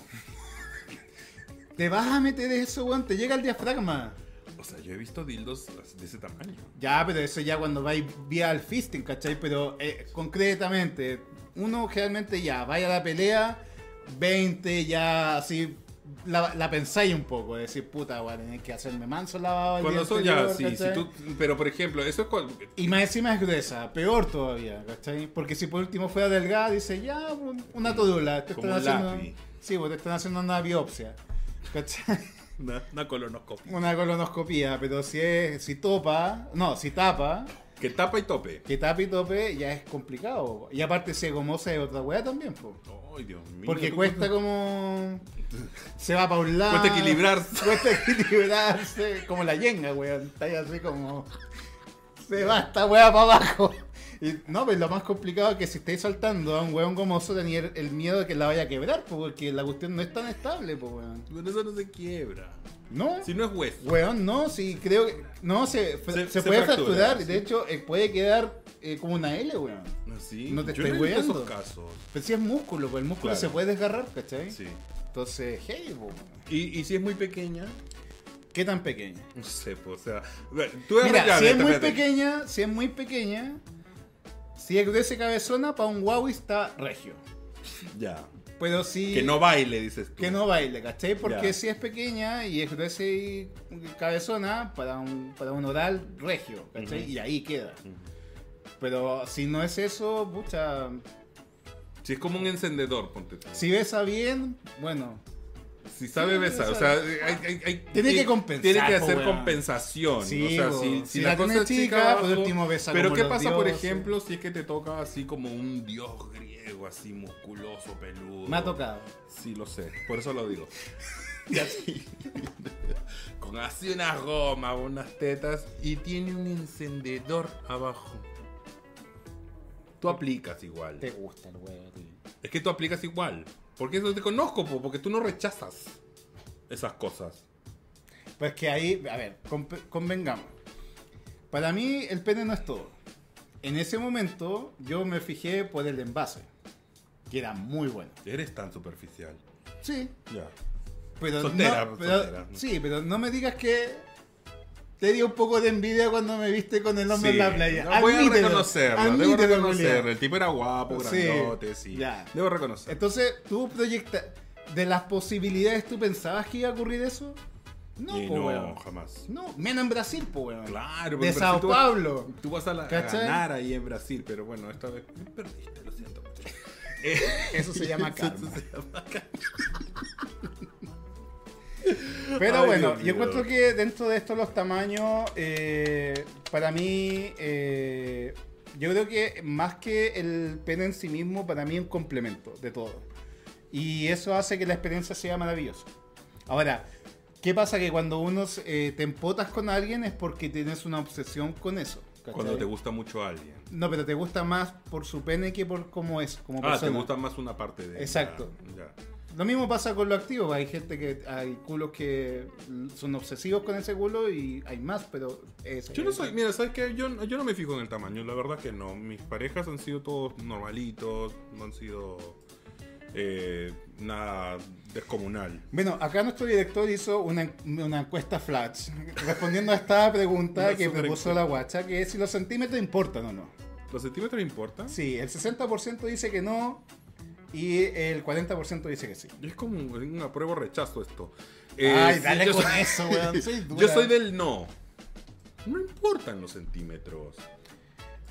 te vas a meter eso, weón, te llega el diafragma.
O sea, yo he visto dildos de ese tamaño.
Ya, pero eso ya cuando vais vía al fisting, ¿cachai? Pero eh, concretamente, uno generalmente ya, vaya a la pelea, 20, ya así, la, la pensáis un poco, de decir, puta, weón, tenés que hacerme manso lavado. el
Cuando
día
son ya,
anterior,
sí, si
¿cachai?
tú, pero por ejemplo, eso es cuando...
Y más encima es gruesa, peor todavía, ¿cachai? Porque si por último fuera delgada, dice, ya, un- una todula, te
Como
están
un
haciendo.
lápiz.
Sí, vos te están haciendo una biopsia, ¿cachai?
Una, una colonoscopia.
Una colonoscopía, pero si es, si topa, no, si tapa,
Que tapa y tope.
que tapa y tope, ya es complicado. Y aparte se gomosa es otra weá también, po.
Ay, Dios mío.
Porque
tú-
cuesta como. Se va para un lado.
Cuesta equilibrarse.
Cuesta equilibrarse. Como la yenga, weón. Está ahí así como. Se va esta weá para abajo. Y, no, pues lo más complicado es que si estáis saltando a un weón gomoso tenía el, el miedo de que la vaya a quebrar, po, porque la cuestión no es tan estable, pues weón.
Pero eso no se quiebra.
No.
Si no es hueso.
Weón, no, sí, creo que. No, se,
Se-
se
se fractura,
puede fracturar. y
sí.
De hecho, eh, puede quedar eh, como una L, weón.
Así.
No te
yo
estoy
he visto
hueando.
esos casos.
Pero si es músculo, pues el músculo
Claro.
se puede desgarrar, ¿cachai?
Sí.
Entonces, hey, po, weón.
Y, y si es muy pequeña,
¿Qué tan pequeña?
no sé, pues, o sea, ve, tú eres
Mira,
ya,
si es
neta,
muy
espérate.
pequeña, si es muy pequeña, si es gruesa y cabezona, para un Huawei está regio.
Ya.
Pero si...
Que no baile, dices tú.
que no baile, ¿cachai? Porque
Ya.
si es pequeña y es gruesa y cabezona, para un, para un oral regio, ¿cachai?
Ujú.
Y ahí queda. Pero si no es eso, pucha...
Si es como un encendedor, ponte tú.
Si besa bien, bueno...
Si sabe
Sí,
besar, o sea,
sabe.
hay, hay- hay-
Tiene que compensar,
Tiene que
po,
hacer
weón.
compensación.
Sí,
o sea,
po.
si, si
Si
la,
la
cosa
tiene
es chica,
chica,
abajo,
por último besa
Pero
como
¿qué
los
pasa, por
dioses.
ejemplo, si es que te toca así como un dios griego, así musculoso, peludo?
Me ha tocado.
Sí, lo sé, por eso lo digo. Y así, con así unas gomas, unas tetas y tiene un encendedor abajo. Tú aplicas igual.
Te gusta el huevo, tío.
Es que tú aplicas igual. Porque eso te conozco, po, porque tú no rechazas esas cosas.
Pues que ahí, a ver, comp- convengamos. Para mí el pene no es todo. En ese momento yo me fijé por el envase, que era muy bueno.
Eres tan superficial.
Sí,
Ya.
pero
Soltera,
no, pero-
soltera.
sí, pero no me digas que te dio un poco de envidia cuando me viste con el hombre en la playa.
voy a
Admítelo,
reconocerlo, debo
admítelo,
reconocerlo.
Julián.
El tipo era guapo,
Sí,
grandote, sí.
ya.
Debo reconocer.
Entonces, tú proyectas de las posibilidades, ¿tú pensabas que iba a ocurrir eso? No,
Y
po,
no,
weón.
jamás.
No, menos en Brasil, po, weón.
Claro,
De
pero
Sao
si tú-
Paulo.
Tú vas a, la, a
¿Cachai?
ganar ahí en Brasil, pero bueno, esta vez perdiste, lo siento. mucho.
Eso se llama
Eso
karma.
se llama karma.
Pero
Ay,
bueno,
Dios mío.
yo encuentro que dentro de esto los tamaños, eh, para mí, eh, yo creo que más que el pene en sí mismo, para mí es un complemento de todo. Y eso hace que la experiencia sea maravillosa. Ahora, ¿qué pasa? Que cuando uno eh, te empotas con alguien es porque tienes una obsesión con eso. ¿cachai?
Cuando te gusta mucho alguien.
No, pero te gusta más por su pene que por cómo es, como
Ah, te
persona.
gusta más una parte de.
Exacto.
ya, ya.
Lo mismo pasa con lo activo. Hay gente que. Hay culos que son obsesivos con ese culo y hay más, pero. ese-
Yo no soy, mira, ¿sabes qué? Yo, yo no me fijo en el tamaño, la verdad que no. Mis parejas han sido todos normalitos, no han sido eh, nada descomunal.
Bueno, acá nuestro director hizo una, una encuesta flash respondiendo a esta pregunta
Una
que
super
propuso la guacha, que es si los centímetros importan o no.
¿Los centímetros importan?
Sí, el 60% dice que no y el 40% dice que sí.
Es como un un apruebo rechazo esto. Eh,
Ay,
sí,
dale
yo
con
soy-
eso, weón. Soy dura.
Yo soy del no. No importan los centímetros.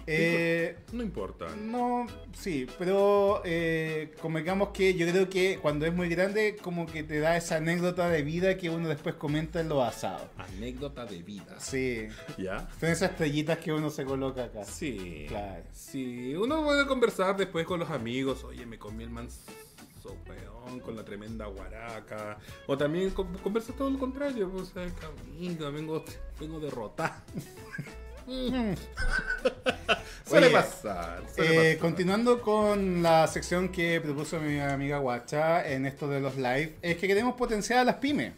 Eh,
No importan.
no, sí, pero eh, convengamos que yo creo que cuando es muy grande, como que te da esa anécdota de vida que uno después comenta en los asados.
Anécdota de vidas.
Sí,
¿Ya?
son esas estrellitas que uno se coloca acá.
Sí.
Claro.
Sí. Uno puede conversar después con los amigos. Oye, me comí el manso peón con la tremenda guaraca. O también con- conversa todo lo contrario. O sea, amiga, vengo, vengo derrotada. Mm. suele
Oye,
pasar.
Eh,
Suele pasar.
continuando con la sección que propuso mi amiga Guacha en esto de los live, es que queremos potenciar a las pymes.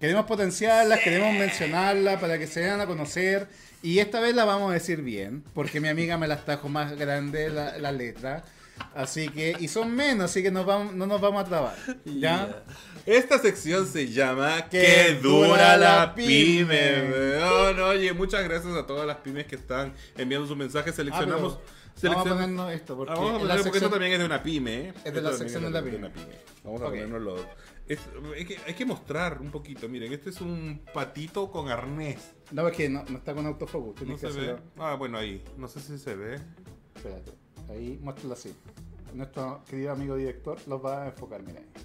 Queremos potenciarlas, queremos mencionarlas para que se den a conocer. Y esta vez la vamos a decir bien, porque mi amiga me las trajo más grande la, la letra. Así que, y son menos, así que nos vamos, no nos vamos a trabar. ¿Ya?
Ya. Esta sección se llama
Qué
Que dura la
dura la
pyme.
pyme.
weón. Oye, muchas gracias a todas las pymes que están enviando sus mensajes. Seleccionamos.
Ah, pero
seleccion-
Vamos a ponernos esto, porque
Ah, vamos a
en la
ponerlo porque esto
sección-
también es de una pyme. ¿eh?
de
Esto
la
también
sección
es
de la
una Vamos a
Ok.
ponernos los. es- hay, que, hay que mostrar un poquito. Miren, este es un patito con arnés.
No, es que no, no está con autofocus. tienes
No
que
se ve.
hacerlo-
Ah, bueno, ahí. No sé si se ve.
Espérate, ahí muéstralo así. Nuestro querido amigo director los va a enfocar, mira. ahí.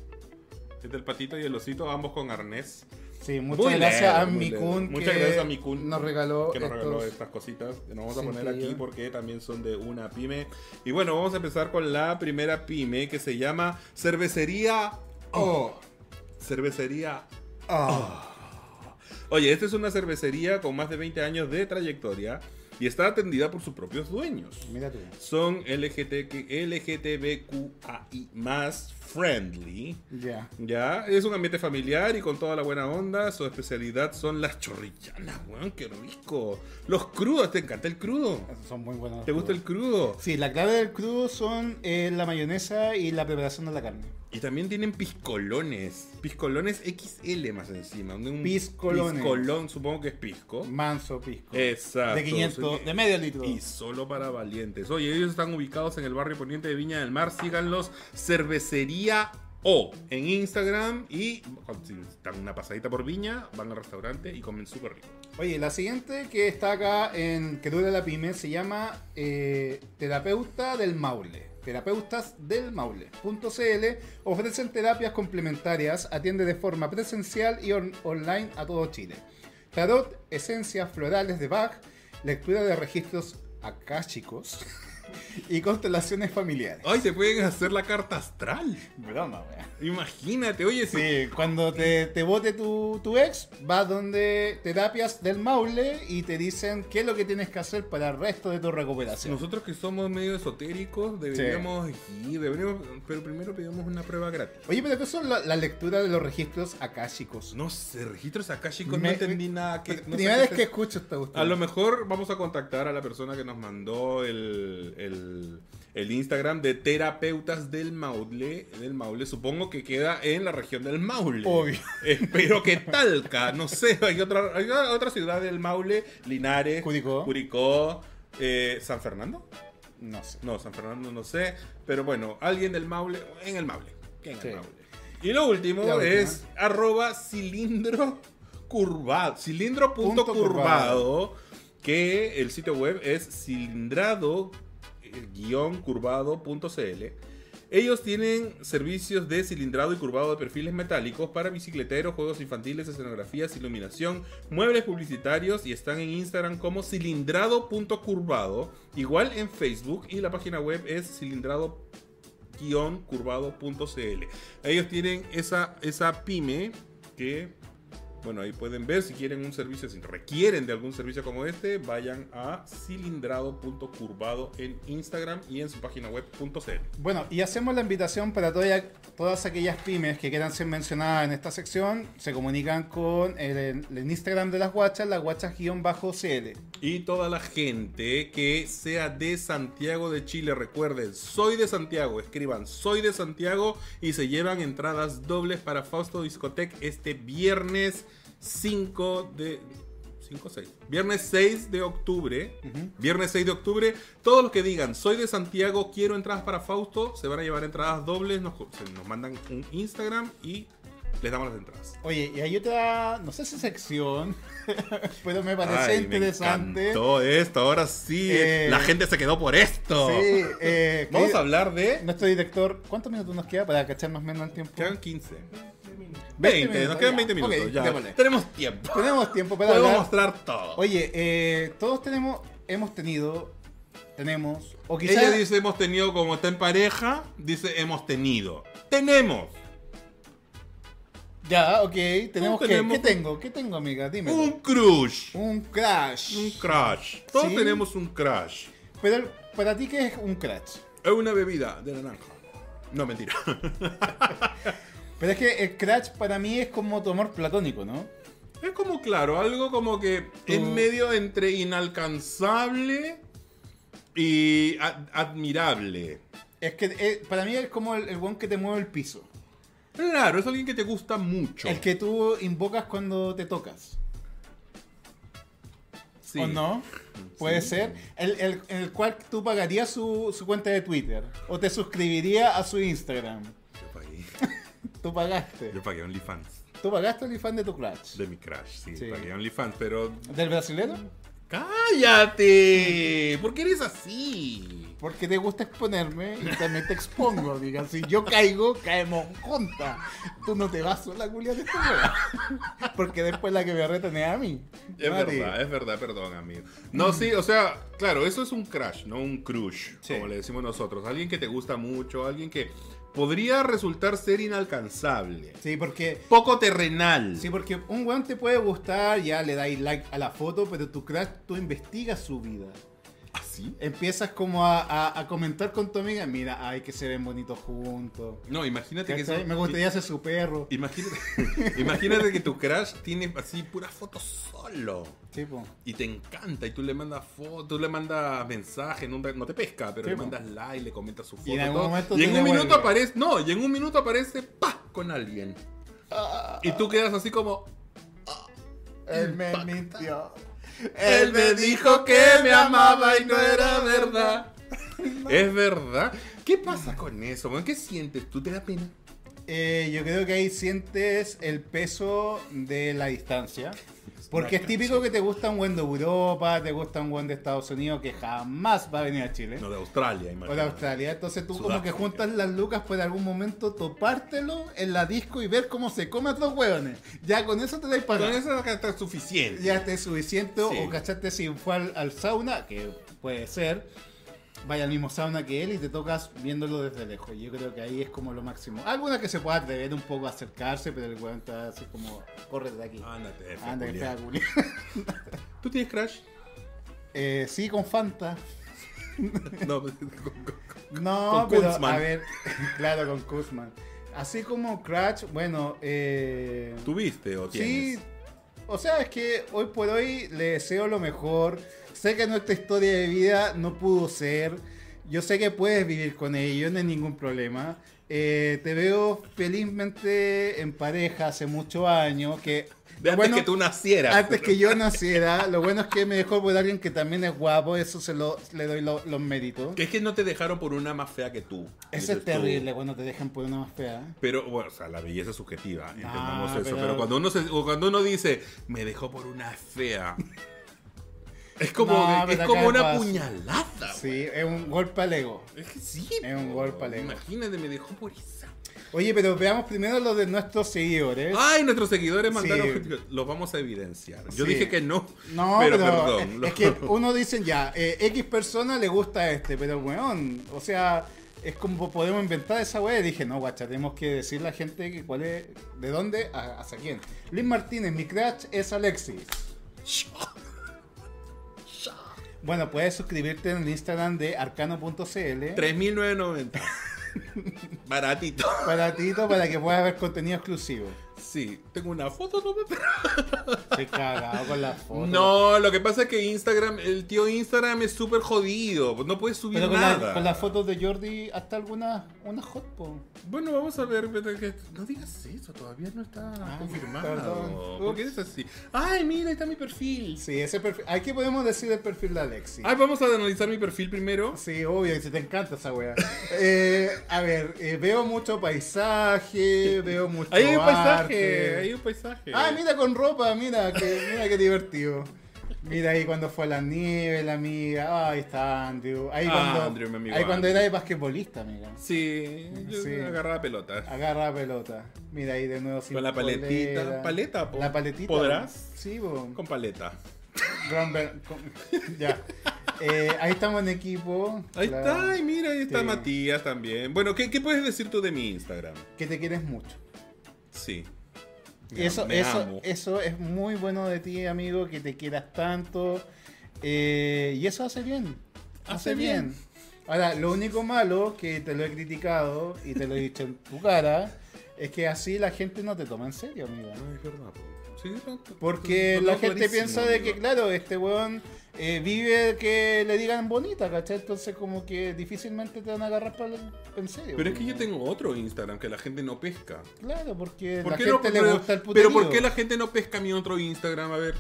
Este el patito y el osito, ambos con arnés.
Sí, muchas
Muy
gracias
leve,
a
muy leve.
Mikun que
Muchas gracias a Mikun
nos regaló
que nos regaló
estos-
estas cositas que nos vamos a
Sí,
poner
increíble.
aquí porque también son de una pyme. Y bueno, vamos a empezar con la primera pyme que se llama Cervecería O. Cervecería Oye, esta es una cervecería con más de 20 años de trayectoria y está atendida por sus propios dueños.
Mira tú.
Son LGT LGTBQI más friendly.
Ya.
Ya, es un ambiente familiar y con toda la buena onda. Su especialidad son las chorrillanas, weón, qué rico. Los crudos, ¿te encanta el crudo?
Esos Son muy buenos.
¿Te gusta el crudo?
Sí, la clave del crudo son eh, la mayonesa y la preparación de la carne.
Y también tienen piscolones. Piscolones XL más encima. Un
Piscolones.
Piscolón, supongo que es pisco.
Manso pisco.
Exacto.
de 500, de medio litro.
Y solo para valientes. Oye, ellos están ubicados en el barrio poniente de Viña del Mar. Síganlos, Cervecería O en Instagram. Y si están una pasadita por Viña, van al restaurante y comen súper rico.
Oye, la siguiente que está acá en que dura la pyme se llama eh, Terapeuta del Maule. Terapeutas del Maule.cl ofrecen terapias complementarias, atiende de forma presencial y on- online a todo Chile. Tarot, esencias florales de Bach, lectura de registros akáshicos y constelaciones familiares.
Ay, te pueden hacer la carta astral.
Broma, wea.
Imagínate, oye, si
Sí, cuando te, te bote tu, tu ex, vas donde terapias del Maule y te dicen qué es lo que tienes que hacer para el resto de tu recuperación.
nosotros que somos medio esotéricos, deberíamos ir, deberíamos, pero primero pedimos una prueba gratis.
Oye, pero ¿qué son la, la lectura de los registros akáshicos?
No sé, registros akáshicos, no
Me-
entendí nada. Que, no sé
Primera
qué
vez
te-
que escucho esta cuestión.
A lo mejor vamos a contactar a la persona que nos mandó el, el- el Instagram de terapeutas del Maule. Del Maule, supongo que queda en la región del Maule. Eh,
Obvio.
Espero que Talca, no sé, hay otra, hay otra ciudad del Maule, Linares,
Curicó.
Curicó, eh, San Fernando.
No sé.
No, San Fernando no sé, pero bueno, alguien del Maule, en el Maule. En el
Sí.
Maule. Y lo último
La última.
es arroba cilindro curvado, cilindro punto
Punto
curvado, que el sitio web es cilindrado eh, guión curvado.cl. Ellos tienen servicios de cilindrado y curvado de perfiles metálicos para bicicleteros, juegos infantiles, escenografías, iluminación, muebles publicitarios y están en Instagram como cilindrado.curvado, igual en Facebook y la página web es cilindrado curvado.cl. Ellos tienen esa, esa pyme que Bueno, ahí pueden ver si quieren un servicio, si requieren de algún servicio como este, vayan a cilindrado.curvado en Instagram y en su página web .cl.
Bueno, y hacemos la invitación para toda- todas aquellas pymes que quieran ser mencionadas en esta sección, se comunican con el, el Instagram de las guachas, las guachas-cl.
Y toda la gente que sea de Santiago de Chile, recuerden, soy de Santiago, escriban soy de Santiago y se llevan entradas dobles para Fausto Discotec este viernes 5 de... 5 6. Viernes 6 de octubre. Viernes 6 de octubre. Todos los que digan, soy de Santiago, quiero entradas para Fausto, se van a llevar entradas dobles, nos, se- nos mandan un Instagram y les damos las entradas.
Oye, y hay otra, no sé si sección, pero me parece
Ay, me
interesante.
encantó esto, ahora sí.
Eh,
la gente se quedó por esto.
Sí, eh,
Vamos
querido-
a hablar de.
Nuestro director, ¿cuántos minutos nos queda para cachar más o menos el tiempo?
Quedan 15. 20, nos
20 minutos,
quedan
ya.
20 minutos.
Ok,
ya.
démosle.
Tenemos tiempo.
Tenemos tiempo para
Podemos
hablar.
mostrar todo.
Oye, eh, todos tenemos, hemos tenido, tenemos, o quizás...
Ella dice hemos tenido, como está en pareja, dice hemos tenido. Tenemos
Ya, ok, tenemos que...
tenemos-
¿Qué tengo? ¿Qué tengo, amiga? Dime.
un crush.
Un crash.
Un crush. Todos
Sí.
tenemos un crush.
Pero para ti, ¿qué es un crash?
Es una bebida de naranja. No, mentira.
Pero es que el crash para mí es como tu amor platónico, ¿no?
Es como claro, algo como que en medio entre inalcanzable y ad- admirable.
Es que eh, para mí es como el, el weón que te mueve el piso.
Claro, es alguien que te gusta mucho.
El que tú invocas cuando te tocas.
Sí.
¿O no? Puede ser. El, el- en el cual tú pagarías su, su cuenta de Twitter. O te suscribirías a su Instagram.
Yo pagué,
Tú pagaste.
yo pagué OnlyFans
Tú pagaste el fan de tu crush.
de mi crush. Sí,
Sí.
pagué OnlyFans, pero.
¿Del brasilero?
¡Cállate! ¿Por qué eres así?
Porque te gusta exponerme y también te expongo. Diga, si yo caigo, caemos juntas. Tú no te vas sola, culia, de esta hueá. Porque después la que me retener a mí.
Es
no a ti.
verdad, es verdad, perdón, amigo. No, sí, o sea, claro, eso es un crush, no un crush,
Sí.
como le decimos nosotros. Alguien que te gusta mucho, alguien que podría resultar ser inalcanzable.
Sí, porque
Poco terrenal.
Sí, porque un weón te puede gustar, ya le dais like a la foto, pero tu crush, tú investigas su vida.
¿Así?
Empiezas como a, a- a comentar con tu amiga, mira, ay, que se ven bonitos juntos.
No, imagínate que...
¿Cachai?
sí-
Me gustaría ser su perro.
Imagínate, imagínate que tu crush tiene así puras fotos solo.
Sí, po.
Y te encanta, y tú le mandas fotos, tú le mandas mensajes, no, no te pesca, pero
Sí,
le
po.
mandas like, le comentas su foto.
en algún
todo.
momento
Y
te
en un minuto
devuelve.
aparece, no, y en un minuto aparece, pa, con alguien. Y tú quedas así como,
Él me mintió.
Él me dijo que me amaba y no era verdad. Es verdad. ¿Qué pasa con eso? weón? ¿Qué sientes? ¿Tú te da pena?
Eh, yo creo que ahí sientes el peso de la distancia. Porque es típico que te gusta un buen de Europa, te gusta un buen de Estados Unidos que jamás va a venir a Chile.
No, ¿Eh? de Australia,
O
imagínate.
de Australia. Entonces tú como que
Sudáfrica.
juntas las lucas por algún momento, topártelo en la disco y ver cómo se come a otros hueones. Ya con eso te dais para
Con eso acá está suficiente.
Ya te es suficiente
Sí.
o cachaste si fue al, al sauna, que puede ser. Vaya al mismo sauna que él y te tocas viéndolo desde lejos. Yo creo que ahí es como lo máximo. Alguna que se pueda atrever un poco a acercarse, pero el hueón está así como, corre de aquí.
Ándate, F,
Anda que
Julián.
sea culiao.
¿Tú tienes crash?
Eh, sí, con Fanta.
No, pues,
No,
Con
pero
Kuntzmann.
a ver, claro, con Kuzman. Así como Crash, bueno, eh,
¿tuviste o
sí,
tienes?
o sea, es que hoy por hoy le deseo lo mejor. Sé que nuestra historia de vida no pudo ser. Yo sé que puedes vivir con ello, no hay ningún problema. Eh, te veo felizmente en pareja hace muchos años. Que,
De antes
bueno,
que tú nacieras.
antes que yo naciera, lo bueno es que me dejó por alguien que también es guapo, eso se lo, le doy lo- los méritos.
Que es que no te dejaron por una más fea que tú.
Eso
Dices
es
tú.
terrible cuando te dejan por una más fea.
Pero, bueno, o sea, la belleza es subjetiva, entendamos eso. Pero,
Ah, pero-
cuando uno se, o cuando uno dice, me dejó por una fea. Es como,
No,
es
pero
como
acá
una
pasa.
puñalada. güey.
Sí, es un golpe al ego.
Es que sí.
Es un
po.
golpe al ego.
Imagínate, me dejó por esa.
Oye, pero veamos primero lo de nuestros seguidores.
Ay, nuestros seguidores
Sí.
mandaron objetivos. Los vamos a evidenciar. Yo
Sí.
dije que no.
No,
pero,
pero,
perdón.
es, es que uno dice ya, eh, X persona le gusta este, pero weón, o sea, es como podemos inventar esa weá. Y dije, no, guacha, tenemos que decirle a la gente que cuál es, de dónde, a- hasta quién. Liz Martínez, mi crush es Alexis. Bueno, puedes suscribirte en el Instagram de arcano.cl
3.990. Baratito.
para Tito para que puedas ver contenido exclusivo.
Sí, tengo una foto, no me
Estoy cagado con las fotos.
No, lo que pasa es que Instagram, el tío Instagram es súper jodido. pues No puedes subir
Pero con, la-
nada.
con las fotos de Jordi, hasta algunas una hot po.
Bueno, vamos a ver. pero que- No digas eso, todavía no está confirmado.
Ah, perdón.
¿Por qué eres así? Ay, mira, ahí está mi perfil.
Sí, ese perfil. Aquí podemos decir el perfil de Alexis.
Ay, vamos a analizar mi perfil primero.
Sí, obvio, si te encanta esa wea. Eh, a ver, eh, veo mucho paisaje, veo mucho.
Ahí hay un paisaje,
arte.
ahí hay un paisaje.
Ah, mira con ropa, mira, que, mira qué divertido. Mira ahí cuando fue a la nieve, la amiga. Ahí está Andrew. Ahí
Ah,
cuando,
Andrew, mi amigo
ahí cuando
Andrew.
era de basquetbolista, mira.
Sí, yo
Sí.
agarraba pelota.
Agarra pelota. Mira ahí de nuevo sin
Con la paletita.
polera.
Paleta, po.
La paletita.
¿Podrás?
Sí, po.
Con paleta.
Gran ver- con- Ya. Eh, ahí estamos en equipo.
Ahí
La-
está, y mira, ahí está
Sí.
Matías también. Bueno, ¿qué, qué puedes decir tú de mi Instagram?
Que te quieres mucho.
Sí. Me-
Eso,
me
eso,
amo.
eso es muy bueno de ti, amigo, que te quieras tanto. Eh, y eso hace bien. Hace,
Hace
bien.
bien.
Ahora, lo único malo que te lo he criticado y te lo he dicho en tu cara es que así la gente no te toma en serio, amigo.
No, es verdad, po. Sí, no, no,
Porque
no, no,
la gente
clarísimo,
piensa de que,
amigo.
claro, este weón eh, vive que le digan bonita, ¿cachai? Entonces como que difícilmente te van a agarrar para en serio.
Pero es que yo
weón.
tengo otro Instagram que la gente no pesca.
Claro, porque
¿Por
la
qué
gente
no-
le
pero-
gusta el puterío.
Pero ¿por qué la gente no pesca mi otro Instagram? A ver,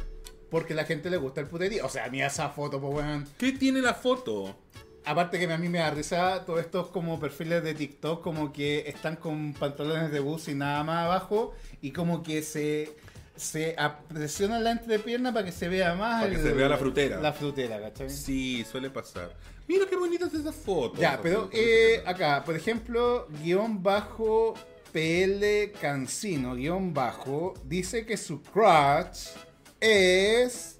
Porque la gente le gusta el puterío. O sea, mira esa foto, pues weón.
¿qué tiene la foto?
Aparte que a mí me da risa todos estos como perfiles de TikTok como que están con pantalones de bus y nada más abajo y como que se se presionan la entrepierna para que se vea más
Para que
el-
se vea la frutera.
La frutera, ¿cachai?
Sí, suele pasar. Mira qué bonitas esas fotos.
Ya, pero eh, acá, por ejemplo, guión bajo PL Cancino, guión bajo, dice que su crush es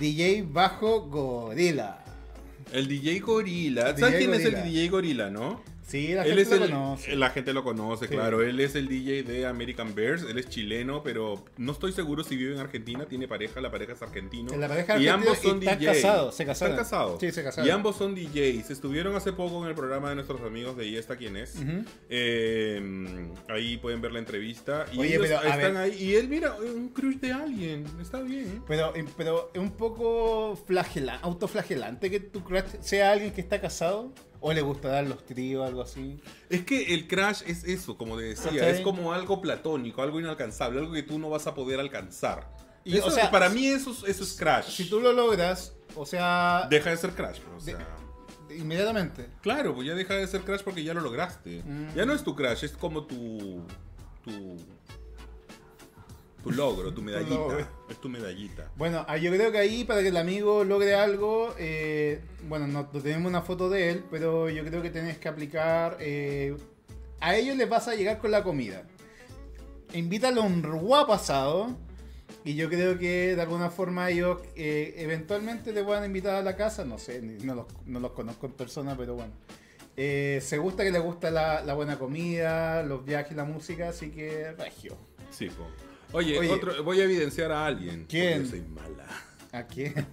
DJ bajo Gorila.
El DJ Gorila.
DJ
¿Sabes quién es
Gorila.
el DJ Gorila, no?
Sí, la
Él
gente
es
lo
el- eh,
conoce.
La gente lo conoce,
Sí.
claro. Él es el DJ de American Bears. Él es chileno, pero no estoy seguro si vive en Argentina. Tiene pareja, la pareja es argentina.
La pareja
y
argentina
ambos son
y están
DJs.
casados, se casaron.
Están casados.
Sí, se casaron.
Y ambos son DJs. Estuvieron hace poco en el programa de nuestros amigos de Y esta quién es.
Ujú.
Eh, ahí pueden ver la entrevista. Y
Oye,
ellos
pero, a
están
ver.
ahí. Y él, mira, un crush de alguien. Está bien.
Pero, eh, pero es un poco flagela- autoflagelante que tu crush sea alguien que está casado o le gusta dar los tríos, algo así.
Es que el crash es eso, como te decía.
¿Cachai?
Es como algo platónico, algo inalcanzable, algo que tú no vas a poder alcanzar.
Y,
Y,
o sea,
para mí eso, es- eso es crash.
Si tú lo logras, o sea,
Deja de ser crash, o sea.
inmediatamente.
Claro, pues ya deja de ser crash porque ya lo lograste.
Mm.
Ya no es tu crash, es como tu. tu. tu logro, tu medallita.
logro.
Es tu medallita.
Bueno, ah, yo creo que ahí para que el amigo logre algo, eh, bueno, no, no tenemos una foto de él, pero yo creo que tenés que aplicar, eh, a ellos les vas a llegar con la comida. Invítalo a un ruá pasado y yo creo que de alguna forma ellos eh, eventualmente te puedan invitar a la casa, no sé, ni- no los, no los conozco en persona, pero bueno. Eh, se gusta que les gusta la, la buena comida, los viajes, la música, así que regio.
Sí, po. Oye,
Oye.
otro- voy a evidenciar a alguien.
¿Quién?
Porque soy mala.
¿A quién?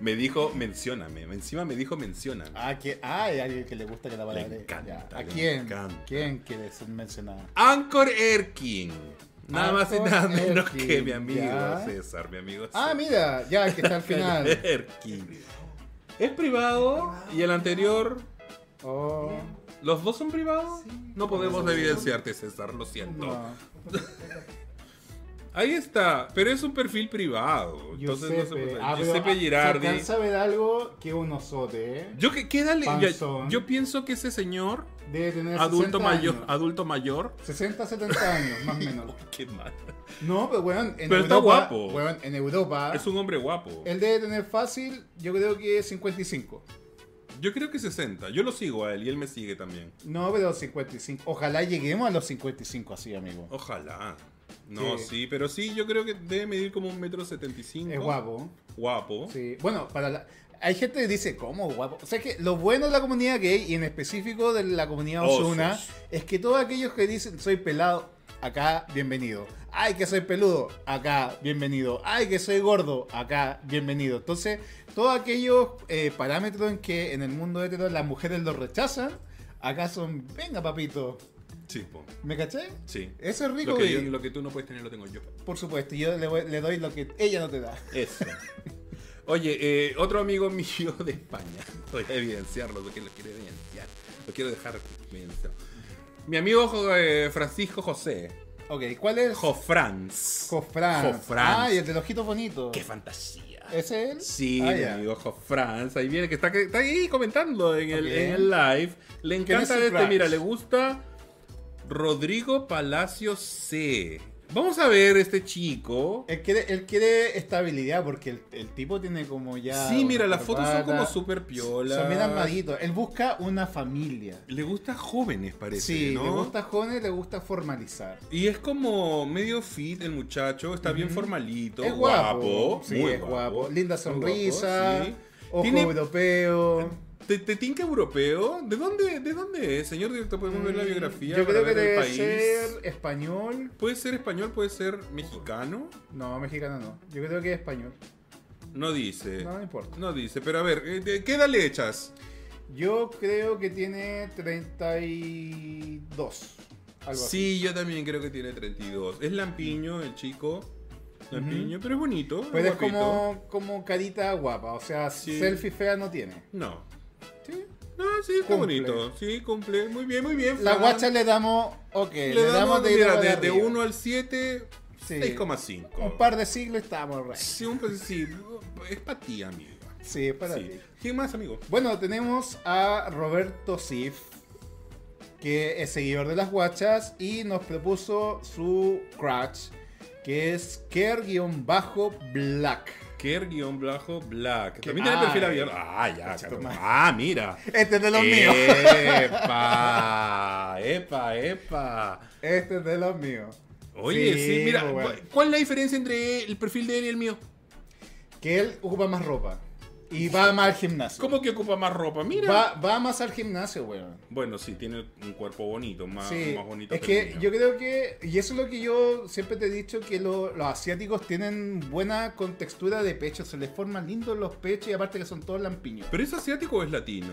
Me dijo, mencióname. Encima me dijo, mencióname.
Ah, que, ah, hay alguien que le gusta que la palabra.
encanta,
¿A
le
quién?
encanta.
¿Quién quiere ser mencionado?
Anchor Erkin. Nada más y
Anchor
nada menos
Erkin,
que mi amigo
ya.
César, mi amigo César.
Ah, mira, ya, el que está al final.
Erkin. Es privado y el anterior,
Oh,
¿los dos son privados? No podemos evidenciarte, César, lo siento.
no.
Ahí está, pero es un perfil privado. Entonces no se
Giuseppe.
puede-
Ah, pero,
Giuseppe
ah, Se
Girardi.
alcanza a ver algo que un osote, ¿eh?
Yo que quédale. Yo,
Panzón.
yo pienso que ese señor,
Debe tener
adulto
60
mayor,
años.
adulto mayor.
60, 70 años, más o menos.
Qué mal.
No, pero weón, en
Pero
Europa.
está guapo.
weón, en Europa.
Es un hombre guapo.
Él debe tener fácil, yo creo que 55.
Yo creo que 60. Yo lo sigo a él y él me sigue también.
No, pero 55. Ojalá lleguemos a los 55 así, amigo.
Oh, Ojalá. No,
Sí.
sí. pero sí, yo creo que debe medir como un metro setenta y cinco.
Es guapo.
Guapo.
Sí, bueno, para la- hay gente que dice, ¿cómo, guapo? O sea, que lo bueno de la comunidad gay, y en específico de la comunidad
Oh,
Osuna,
sus.
es que todos aquellos que dicen, soy pelado, acá, bienvenido. Ay, que soy peludo, acá, bienvenido. Ay, que soy gordo, acá, bienvenido. Entonces, todos aquellos eh, parámetros en que en el mundo hetero las mujeres los rechazan, acá son, venga, papito.
Sí, po.
¿Me caché?
Sí.
Eso es rico,
Lo que, yo-
gay.
lo que tú no puedes tener lo tengo yo.
Por supuesto, yo le, voy- le doy lo que ella no te da.
Eso. Oye, eh, otro amigo mío de España. Voy a evidenciarlo porque lo quiero evidenciar. Lo quiero dejar evidenciado. Mi amigo jo- eh, Francisco José.
Ok, ¿cuál es?
Jofranz.
Jofran.
Jofranz.
Ah, y el de los ojitos bonitos.
¡Qué fantasía!
¿Ese es él?
Sí,
Ah,
mi
ya.
amigo Jofranz. Ahí viene, que está, que está ahí comentando en el,
Ok.
en el live. Le
¿Quién es
encanta
el
este,
Franz?
mira, le gusta Rodrigo Palacio C. Vamos a ver este chico.
Él quiere, él quiere estabilidad porque el, el tipo tiene como ya.
sí,
una
mira, las fotos son
corbata.
como super piola.
Son bien armaditos. Él busca una familia.
Le gusta jóvenes, parece,
sí,
¿no?
le gusta jóvenes, le gusta formalizar.
Y es como medio fit el muchacho, está bien formalito,
es guapo.
guapo,
sí,
muy
es guapo. Linda
muy
sonrisa.
guapo, sí.
Ojo
Tiene-
europeo.
¿Te, te tinca europeo? ¿De dónde, ¿De dónde es, señor director? Podemos ver la biografía.
Mm, Yo
para
creo que
ver el
debe
país?
ser español.
Puede ser español, puede ser mexicano.
No, mexicano no. Yo creo que es español.
No dice.
No,
No,
no importa.
dice. Pero a ver, eh, ¿de ¿qué edad le echas?
Yo creo que tiene 32. Algo así.
Sí, yo también creo que tiene 32. Es lampiño el chico. Lampiño, pero es bonito. es
Pero Pues es
guapito.
como, como carita guapa, o sea,
Sí.
selfie fea no tiene.
No.
Sí.
No, sí, está
Cumple.
bonito. Sí, cumple. Muy bien, muy bien.
La
Fran.
guacha le damos, ok,
Le
le,
damos,
damos de,
mira,
ir
de,
para
de
arriba.
1 al 7,
Sí.
6,5.
Un par de siglos y estamos re.
Sí, un par- sí, es para ti, amigo.
Sí, es para
Sí.
ti.
¿Quién más, amigo?
Bueno, tenemos a Roberto Sif, que es seguidor de las guachas y nos propuso su crutch, que es care-black.
Ker-Blajo Black.
¿Qué?
También tiene
Ay.
perfil abierto. Ah, ya,
Concha
claro.
tu madre.
Ah, mira.
Este es de
Eh,
los míos.
Epa, epa, epa.
Este es de los míos.
Oye, sí,
Sí,
mira,
bueno.
¿cuál es la diferencia entre el perfil de él y el mío?
Que él ocupa más ropa y va más al gimnasio.
¿Cómo que ocupa más ropa? Mira.
Va, va más al gimnasio, weón.
Bueno, sí, tiene un cuerpo bonito, más,
Sí,
más bonito
es
el
que
mío.
yo creo que, y eso es lo que yo siempre te he dicho, que lo- los asiáticos tienen buena contextura de pecho, se les forman lindos los pechos y aparte que son todos lampiños.
¿Pero es asiático o es latino?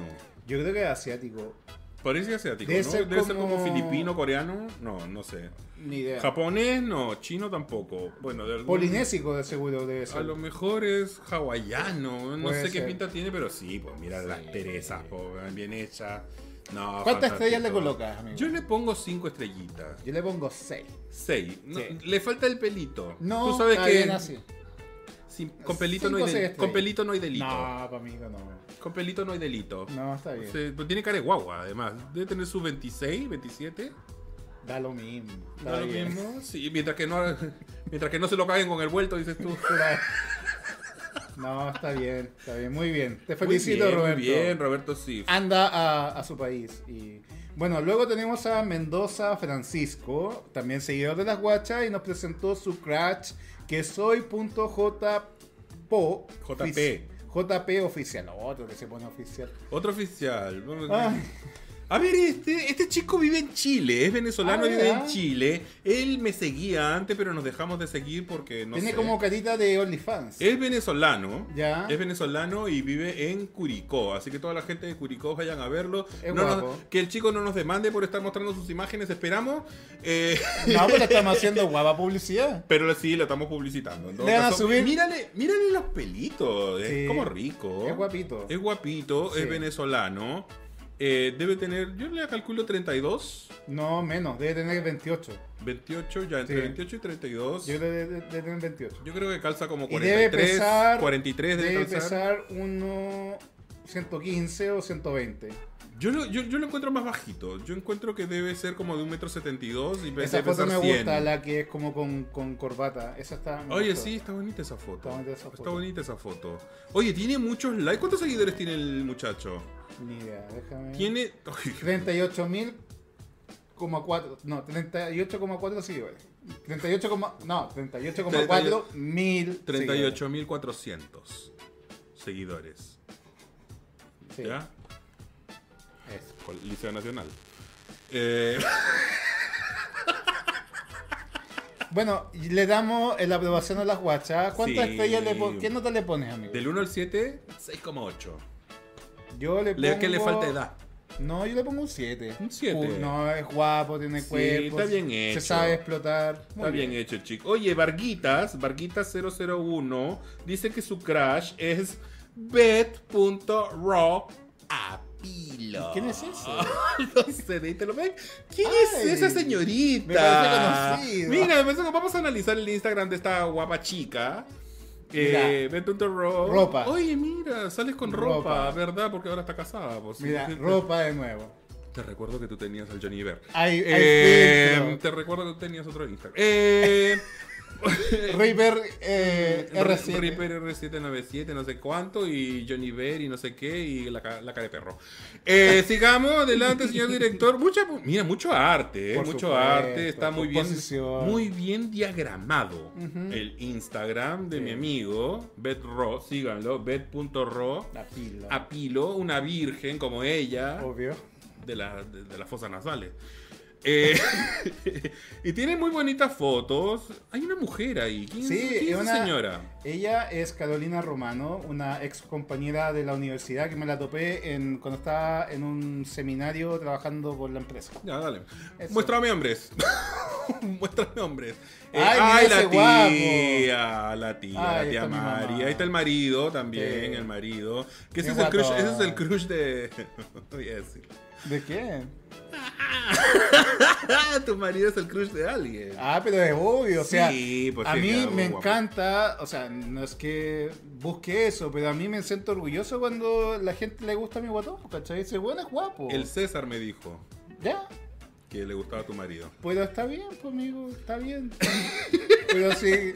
Yo creo que es asiático,
Parece asiático,
Debe
¿no?
ser
Debe ser como
como-
filipino, coreano, no, no sé.
ni idea.
Japonés, no, chino tampoco. Bueno, de algún...
Polinésico de seguro debe
A
ser.
lo mejor es hawaiano, no
Puede
sé qué
ser.
pinta tiene, pero sí, pues mira las Teresas, po, bien hechas. No,
¿Cuántas
fantástico.
estrellas le colocas, amigo?
Yo
Yo,
le pongo cinco estrellitas.
le pongo 6.
Seis. No,
Sí.
Le falta el pelito.
No,
Tú sabes
está
que
bien así.
sin- con, pelito no
Cinco,
hay
seis
del-
estrellas.
con pelito no hay delito.
No, para mí no.
Con pelito no hay delito.
No, está bien.
Se- pues tiene cara de guagua, además. Debe tener sus 26, 27.
Da lo mismo.
Da lo
bien.
mismo. Sí, mientras que, no, mientras que no se lo caguen con el vuelto, dices tú.
Claro. No, está bien, está bien, muy bien. Te
Muy
felicito,
bien, muy
Roberto.
bien, Roberto, sí.
Anda a, a su país. Y bueno, luego tenemos a Mendoza Francisco, también seguidor de las guachas, y nos presentó su crash que soy punto JPO.
JP.
ofici- JP oficial, otro que se pone oficial.
Otro oficial. vamos a-
Ay,
A ver, este, este chico vive en Chile, es venezolano,
Ah,
vive
¿verdad?
en Chile. Él me seguía antes, pero nos dejamos de seguir porque no
tiene
sé.
como carita de OnlyFans.
Es venezolano.
Ya.
Es venezolano y vive en Curicó. Así que toda la gente de Curicó vayan a verlo.
Es
No nos-
guapo.
que el chico no nos demande por estar mostrando sus imágenes, esperamos. Eh,
No, pero estamos haciendo guapa publicidad.
pero sí, lo estamos publicitando. En todo
Le van a
caso,
subir-
Mírale, mírale los pelitos.
Sí.
Es como rico.
Es guapito.
Oh. Es guapito,
Sí.
es venezolano. Eh, debe tener, yo le calculo 32.
No, menos, debe tener 28.
28, ya entre
Sí.
28 y 32.
Yo creo que debe, debe tener 28.
Yo creo que calza como
Y debe
43.
pesar.
43 debe,
debe
calzar.
pesar uno 115 o 120.
Yo lo, yo, yo lo encuentro más bajito. Yo encuentro que debe ser como de 1,72 m y pe-
Esa
debe
foto
pesar
me
100.
gusta, la que es como con, con corbata. Esa está. me
Oye,
gustó.
sí, está bonita esa foto.
Está bonita esa foto.
bonita esa foto. Oye, tiene muchos likes. ¿Cuántos seguidores tiene el muchacho?
Ni idea, déjame.
Tiene. Ay,
38.000. Como cuatro- no, 38,4 seguidores. 38, coma- no, 38,4 mil.
38.400 seguidores.
Sí.
¿Ya?
Eso.
Con Liceo Nacional. Eh,
Bueno, y le damos la aprobación a las guachas. ¿Cuántas
Sí.
estrellas le pones? ¿Qué nota le pones, amigo?
del 1 al 7, 6,8.
Yo le
Le-
pongo...
¿Qué le falta edad?
No, yo le pongo un 7.
Un siete.
No, es guapo, tiene
Sí,
cuerpo.
está bien hecho.
Se sabe explotar.
Muy bien, hecho, chico. Oye, Varguitas, Varguitas001, dice que su crush es bet.ro apilo.
¿Quién es ese?
no sé, de ahí te lo ven. ¿Quién es
Ay,
esa señorita?
me parece conocido.
Mira, me parece que vamos a analizar el Instagram de esta guapa chica. Eh, bet.ro.
Ropa.
Oye, mira, sales con ropa,
Ropa.
¿verdad? Porque ahora está casada. pues,
Mira,
sí.
ropa de nuevo.
Te recuerdo que tú tenías al Johnny Iber.
Hay, hay
Eh,
filtro.
te recuerdo que tú tenías otro Instagram. Eh,
Reaper eh, R7.
mm, Reaper R797, no sé cuánto, y Johnny Bear y no sé qué, y la, ca- la cara de perro. Eh, sigamos adelante, señor director. Mucha, mira, mucho arte, eh,
Por
mucho
supuesto,
arte. Está muy bien,
composición.
muy bien diagramado el Instagram de mi amigo, BetRo. Síganlo, bet.ro.
La pila.
Ah. Apilo, una virgen como ella
Obvio.
de, la- de- de las fosas nasales. Eh, y tiene muy bonitas fotos. Hay una mujer ahí. ¿Quién,
Sí,
quién es
es
esa
una-
señora?
Ella es Carolina Romano, una ex compañera de la universidad que me la topé en, cuando estaba en un seminario trabajando por la empresa.
Ya, dale.
Eso.
Muéstrame hombres. Muéstrame hombres. Eh,
Ay, mira
la
ese
tía, la tía,
Ay,
la tía
está mi mamá.
María. Ahí está el marido también,
Sí.
el marido. Que ese es,
Qué
el crush,
guatón.
ese es el crush de... Voy a decir.
¿De quién?
tu marido es el crush de alguien.
Ah, pero es obvio, o sea,
Sí, pues
a
sí,
mí
queda
me
guapo.
encanta, o sea, no es que busque eso, pero a mí me siento orgulloso cuando la gente le gusta mi guatón, ¿cachai? Dice, bueno, es guapo.
El César me dijo
Ya,
que le gustaba tu marido.
pero está bien, conmigo, está bien. pero sí,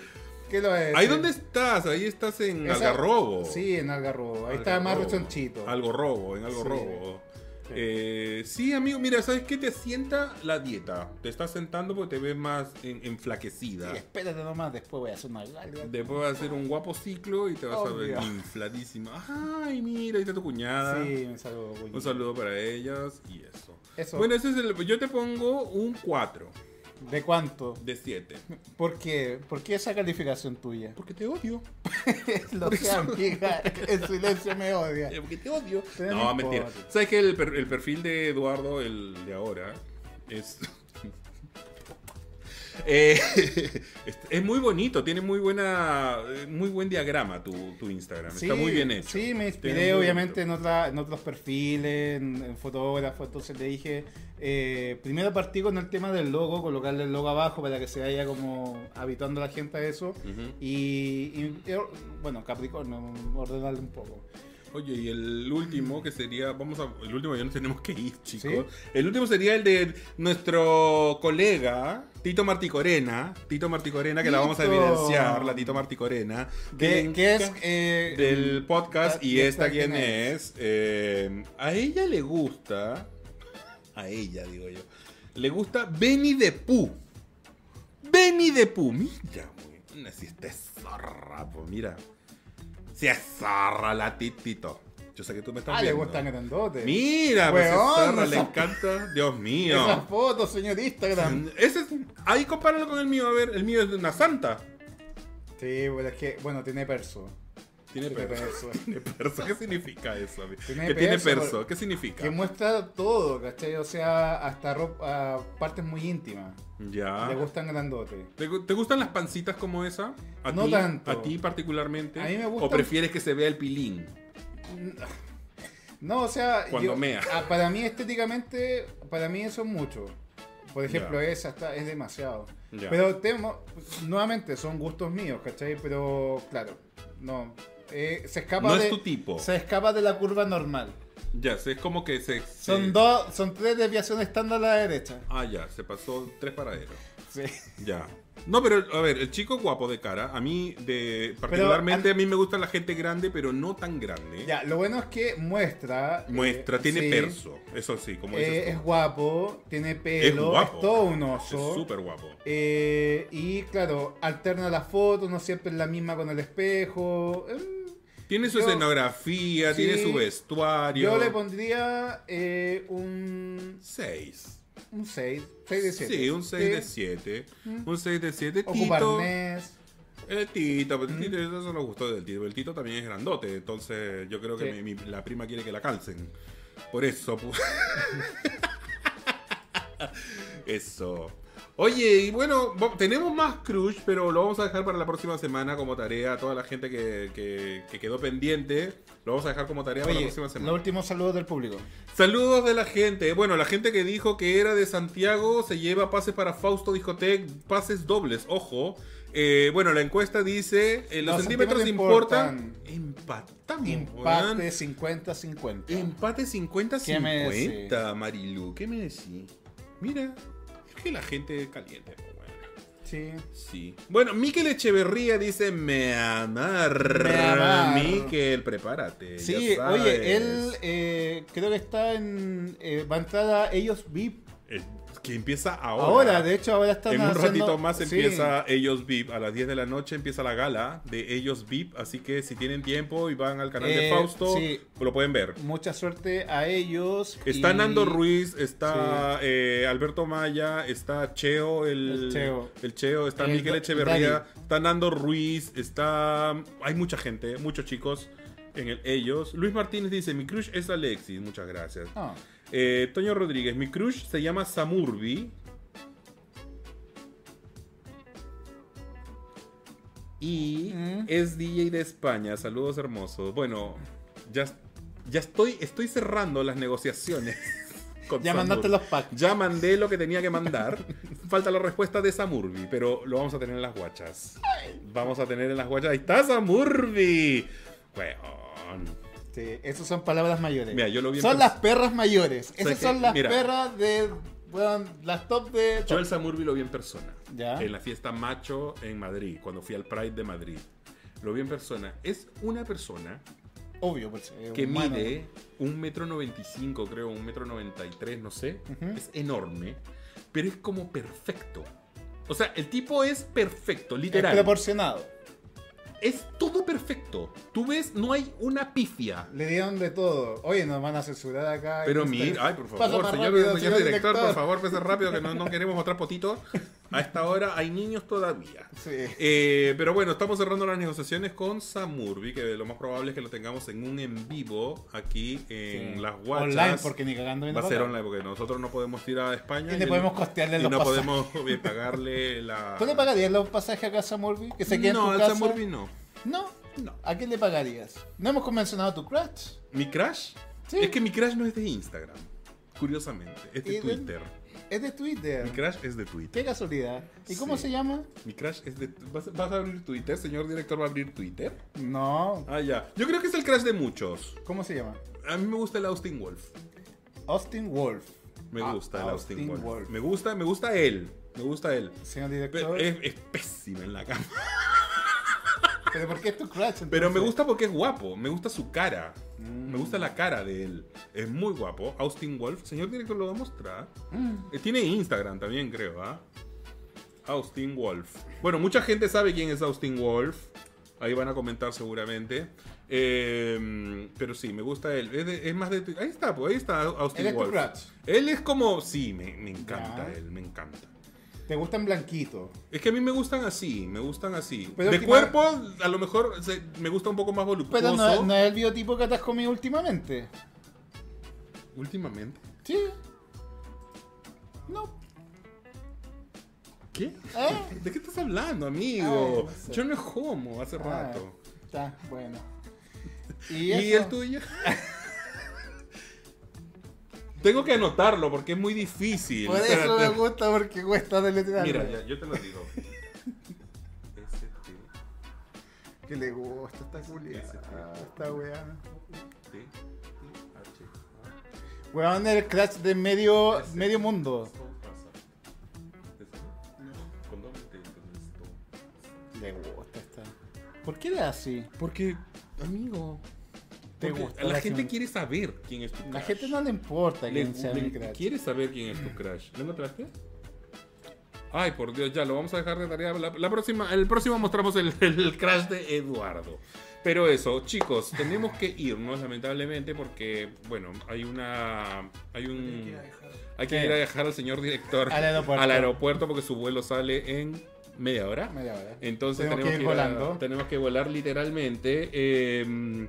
¿qué lo es?
Ahí dónde estás, ahí estás en
Esa-
Algarrobo.
Sí, en Algarrobo, ahí está más
Algarrobo.
rechonchito.
Algo robo, en algo
Sí.
robo.
Sí.
Eh, sí, amigo, mira, ¿sabes qué? Te sienta la dieta. Te estás sentando porque te ves más en- enflaquecida.
Sí, espérate nomás, después voy a hacer una larga.
Después vas a hacer un guapo ciclo y te vas a
Obvio.
ver infladísima. Ay, mira, ahí está tu cuñada.
Sí, me salgo.
Un saludo para ellas y eso.
Eso.
Bueno, ese es el, yo te pongo un 4
¿De cuánto?
de 7.
¿Por qué? ¿Por qué esa calificación tuya?
Porque te odio.
Lo que amiga, en silencio me odia.
Eh, Porque te odio.
Pero
no,
no
mentira.
importa.
¿Sabes que el, per- el perfil de Eduardo, el de ahora, es. Eh, es- es muy bonito, tiene muy buena eh, muy buen diagrama tu, tu Instagram. Está
Sí,
muy bien hecho.
Sí, me
Está muy
inspiré
bonito.
obviamente en, otra- en otros perfiles, en, en fotógrafos, entonces le dije, eh, primero partí con el tema del logo, colocarle el logo abajo para que se vaya como habituando a la gente a eso.
Ujú.
Y, y, eh, bueno, Capricornio, ordenarle un poco.
Oye, y el último que sería, vamos a, el último ya nos tenemos que ir, chicos.
¿Sí?
El último sería el de nuestro colega Tito Marticorena, Tito Marticorena que la vamos a
Tito.
evidenciar, la Tito Marticorena,
Que,
le
que es...
encanta-
eh,
del podcast y esta quién
quién
es. eh, a ella le gusta. A ella, digo yo. Le gusta Benny de Pooh. Benny de Pooh. Mira, güey. Si esta es zorra, pues mira. Si es zorra la titito. Yo sé que tú me estás
Ah, le
viendo.
gustan grandotes.
Mira, pues es
Weón,
zorra, le
esa-
encanta. Dios mío.
Esas fotos, señor Instagram.
Ese es- ahí compáralo con el mío, a ver, el mío es de una santa.
Sí, bueno, es que, bueno, tiene perso.
Tiene
Tiene
perso.
perso.
Tiene perso. ¿Qué significa eso? amigo?
Tiene
que tiene
perso,
perso.
por-
¿Qué significa?
Que muestra todo, ¿cachai? O sea, hasta ropa, partes muy íntimas. Le
Ya.
gustan grandotes.
¿Te, gu- te gustan las pancitas como esa? ¿A
No
ti?
tanto.
¿A ti particularmente?
A mí me
¿O
gustan-
prefieres que se vea el pilín?
No, o sea.
Cuando mea.
ah, para mí, estéticamente, para mí eso es mucho. Por ejemplo,
Ya.
esa está, es demasiado.
Ya.
Pero temo, nuevamente, son gustos míos, ¿cachai? Pero, claro, no. eh, se escapa
No
de.
es tu tipo.
Se escapa de la curva normal.
Ya, se- es como que se.
Son
se-
dos, son tres desviaciones estándar a la derecha.
Ah, ya, se pasó tres paraderos.
Sí.
Ya. No, pero a ver, el chico guapo de cara. A mí, de, particularmente, a mí me gusta la gente grande, pero no tan grande.
Ya, lo bueno es que muestra. eh,
Muestra, tiene
sí,
perso. Eso sí, como
eh,
dices.
es
tú.
guapo, tiene pelo, es,
guapo.
todo un
Es
oso.
súper guapo.
Eh, y claro, alterna las fotos, no siempre es la misma con el espejo. eh,
Tiene su
Yo-
escenografía, tiene
Sí.
su vestuario.
Yo le pondría eh, un
6.
un 6, 6 de 7.
Sí, un 6 de 7. Un 6 de 7.
Ojo
Tito.
Barnés.
El Tito, pero el Tito, eso son los gustos del Tito. El Tito también es grandote, entonces yo creo que
Sí.
mi- mi- la prima quiere que la calcen. Por eso. pu- eso. Oye, y bueno, vo- tenemos más crush, pero lo vamos a dejar para la próxima semana como tarea a toda la gente que, que- que quedó pendiente. Lo vamos a dejar como tarea para la
Oye,
próxima semana.
los últimos saludos del público.
Saludos de la gente. Bueno, la gente que dijo que era de Santiago se lleva pases para Fausto Discotec, pases dobles, ojo. Eh, bueno, la encuesta dice, eh, los,
Los
centímetros
centímetros
importan. Empatamos, weón.
Empate 50-50.
Empate 50-50,
¿Qué me decís?
Marilu. ¿Qué me decís? Mira, es que la gente caliente, pues, weón.
Sí.
Sí. Bueno, Miquel Echeverría dice, me amar.
Me amar.
Miquel, prepárate.
Sí,
ya
oye,
sabes.
él eh, creo que está en. eh, va a entrar a ellos VIP
Eh, que empieza ahora.
ahora. De hecho, ahora están
En un
haciendo-
ratito más
sí.
empieza Ellos VIP. A las 10 de la noche empieza la gala de Ellos VIP. Así que si tienen tiempo y van al canal de
Eh,
Fausto,
sí.
lo pueden ver.
Mucha suerte a ellos.
Está
y-
Nando Ruiz, está eh, Alberto Maya, está Cheo, el,
El Cheo.
el Cheo, está
El
Miguel
do-
Echeverría,
Dani.
está Nando Ruiz, está... Hay mucha gente, muchos chicos en el ellos. Luis Martínez dice, mi crush es Alexis, muchas gracias.
Ah,
Eh, Toño Rodríguez, mi crush se llama Samurbi. Y
Mm.
es DJ de España. Saludos hermosos. Bueno, ya, ya estoy, estoy cerrando las negociaciones. con
ya mandaste
Samurbi.
los packs.
Ya mandé lo que tenía que mandar. Falta la respuesta de Samurbi, pero lo vamos a tener en las guachas. Vamos a tener en las guachas. Ahí está Samurbi. Weón.
Sí, esas son palabras mayores.
Mira, yo lo vi en
son
pers-
las perras mayores. Esas
¿Sabes qué?
son las
Mira.
perras de. bueno, las top de.
Yo el Samurbi lo vi en persona.
Ya.
En la fiesta macho en Madrid, cuando fui al Pride de Madrid. Lo vi en persona. Es una persona
Obvio, pues. eh,
que
humano.
mide un metro noventa y cinco, creo, un metro noventa y tres, no sé.
Ujú.
Es enorme, pero es como perfecto. O sea, el tipo es perfecto,
Es
literal.
proporcionado.
Es todo perfecto. Tú ves, no hay una pifia.
Le dieron de todo. Oye, nos van a censurar acá.
Pero
en
mi,
Instagram.
ay, por
Pasa
favor,
más
señor,
rápido,
señor
señor
director, por favor, pese rápido que no, no queremos otra potito. A esta hora hay niños todavía.
Sí.
Eh, pero bueno, estamos cerrando las negociaciones con Samurbi, que lo más probable es que lo tengamos en un en vivo aquí en
Sí.
las guachas.
Online, porque ni cagando viene
va a
para
ser
acá.
online, porque nosotros no podemos ir a España.
Y le
el-
podemos costearle
y
los
no
pasajes.
podemos eh, pagarle la.
¿Tú le pagarías los pasajes acá a Samurbi? ¿Que se quede en
No,
tu
al
casa?
Samurbi no.
No.
No.
¿A quién le pagarías? No hemos convencionado tu crush.
¿Mi crash?
Sí.
Es que mi crash no es de Instagram, curiosamente. Es de
¿Y de-
Twitter.
Es de
Mi
Twitter.
crash es de Twitter.
Qué casualidad. ¿Y cómo
Sí.
se llama?
Mi crash es de. ¿Vas, vas a abrir Twitter? ¿Señor director va a abrir Twitter?
No.
Ah, ya. Yo creo que es el crash de muchos.
¿Cómo se llama?
A mí me gusta el Austin Wolf.
Austin Wolf.
Me
Ah,
gusta el Austin,
Austin
Wolf.
Wolf.
Me gusta, me gusta él. Me gusta él.
Señor
Pero
director.
es, es pésimo en la cama.
¿Pero por qué es tu crush?
Pero me
entonces?
gusta porque es guapo. Me gusta su cara.
Mm.
Me gusta la cara de él. Es muy guapo. Austin Wolf. Señor director, lo va a mostrar.
Mm.
Eh, Tiene Instagram también, creo, ¿ah? Austin Wolf. Bueno, mucha gente sabe quién es Austin Wolf. Ahí van a comentar seguramente. Eh, pero sí, me gusta él. Es, de- es más de... tu- Ahí está, pues ahí está Austin
Él es tu
Wolf.
crush.
Él es como... Sí, me, me encanta
Ya.
él, me encanta.
Te gustan blanquito.
Es que a mí me gustan así, me gustan así.
Pero
de
que-
cuerpo, a lo mejor se- me gusta un poco más voluptuoso.
Pero no, no es el biotipo que te has comido últimamente.
Últimamente.
Sí. No.
¿Qué?
¿Eh?
¿De qué estás hablando, amigo?
Ay, no sé.
Yo no como hace rato.
Ah, Está bueno.
¿Y,
¿Y,
el tuyo? Tengo que anotarlo porque es muy difícil.
Por eso
Espérate.
me gusta porque cuesta deletrearlo.
Mira, ya, yo te lo digo. ST.
Que le gusta esta culiada.
Ese tipo.
Esta weá.
T. H.
Weón el crash de medio,
Ese.
medio mundo.
Con doble T, entonces, todo.
Le gusta esta. ¿Por qué le da así?
Porque, amigo,
Te
porque
gusta
la
la
gente
gente.
quiere saber quién es tu crush.
La gente no le importa
Le-
quién sea
le-
mi crash.
quiere saber quién es tu crush. ¿Lo encontraste? Ay, por Dios, ya lo vamos a dejar de tarea. La, la próxima, el próximo mostramos el, el crush de Eduardo. Pero eso, chicos, tenemos que irnos lamentablemente porque, bueno, hay una... Hay un... Hay que ir a dejar al señor director
Al aeropuerto.
al aeropuerto porque su vuelo sale en media hora.
Media hora.
Entonces
Tenemos
tenemos,
que ir
a-
volando.
tenemos que volar literalmente. Eh,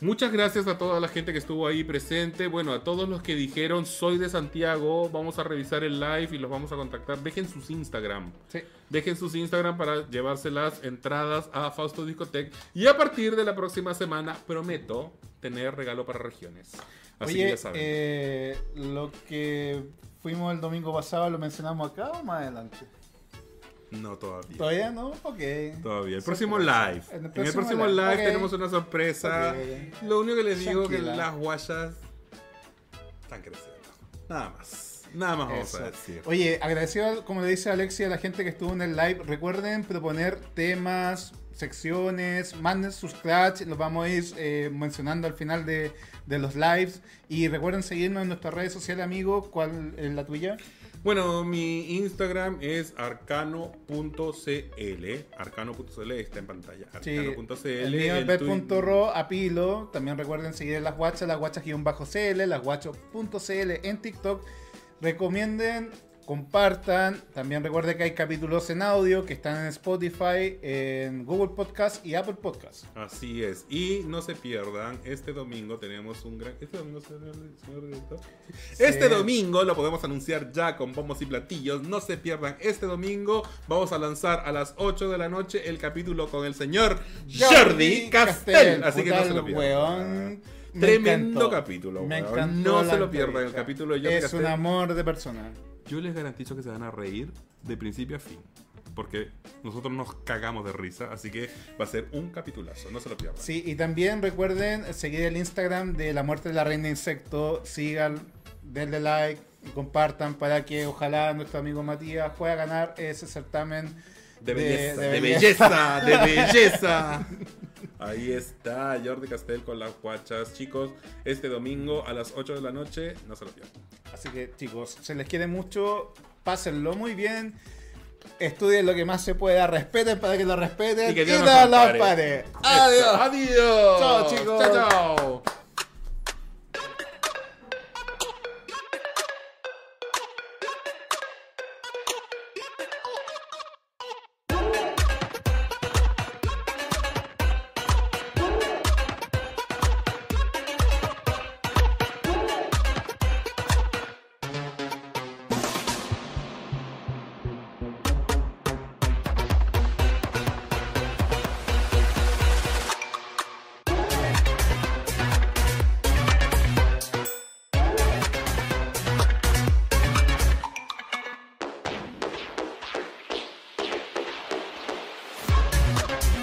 muchas gracias a toda la gente que estuvo ahí presente. Bueno, a todos los que dijeron soy de Santiago, vamos a revisar el live y los vamos a contactar. Dejen sus Instagram.
Sí.
Dejen sus Instagram para llevarse las entradas a Fausto Discotec. Y a partir de la próxima semana, prometo tener regalo para regiones. Así que
Oye,
ya saben.
eh, lo que fuimos el domingo pasado, ¿lo mencionamos acá o más adelante?
no todavía.
¿Todavía no? Ok.
Todavía. El próximo live. en
En el
el
próximo
próximo
live.
live
Ok.
tenemos una sorpresa.
Ok.
Lo único que les digo es que
Tranquila.
las guayas están creciendo. Nada más. Nada más vamos
Eso.
a decir.
Oye, agradecido, como le dice Alexia, a la gente que estuvo en el live. Recuerden proponer temas, secciones, manden sus clutch, los vamos a ir eh, mencionando al final de, de los lives. Y recuerden seguirnos en nuestras redes sociales, amigos. ¿Cuál es la tuya?
Bueno, mi Instagram es arcano.cl. Arcano.cl está en pantalla.
Sí,
Arcano.cl.
el mío es
el tuit-
bet.ro, apilo. También recuerden seguir las guachas, las guachas-cl, las guachos.cl en TikTok. Recomienden, compartan. También recuerden que hay capítulos en audio que están en Spotify, en Google Podcast y Apple Podcast.
Así es. Y no se pierdan, este domingo tenemos un gran. ¿Este domingo, señor, señor director? Este domingo lo podemos anunciar ya con bombos y platillos. No se pierdan, este domingo vamos a lanzar a las 8 de la noche el capítulo con el señor Jordi, Castel. Así que no
Puta,
se lo
el
pierdan.
weón. Me
Tremendo
encantó.
capítulo,
Me
weón.
encantó
No
la
se lo pierdan, el
entrevista.
capítulo de Jordi
Es
Castel.
un amor de persona.
Yo les garantizo que se van a reír de principio a fin. Porque nosotros nos cagamos de risa. Así que va a ser un capitulazo. No se lo pierdan.
Sí, y también recuerden seguir el Instagram de La Muerte de la Reina Insecto. Sigan, denle like y compartan para que ojalá nuestro amigo Matías pueda ganar ese certamen
De belleza,
de
de,
belleza.
belleza, de belleza. Ahí está Jordi Castel con las guachas. Chicos, este domingo a las 8 de la noche, no se lo pierdan.
Así que chicos, se les quiere mucho, pásenlo muy bien, estudien lo que más se pueda, respeten para que lo respeten
Y que Dios nos
nada los
ampare.
pare. Adiós.
Adiós.
Chao, chicos.
Chao, chao.
Thank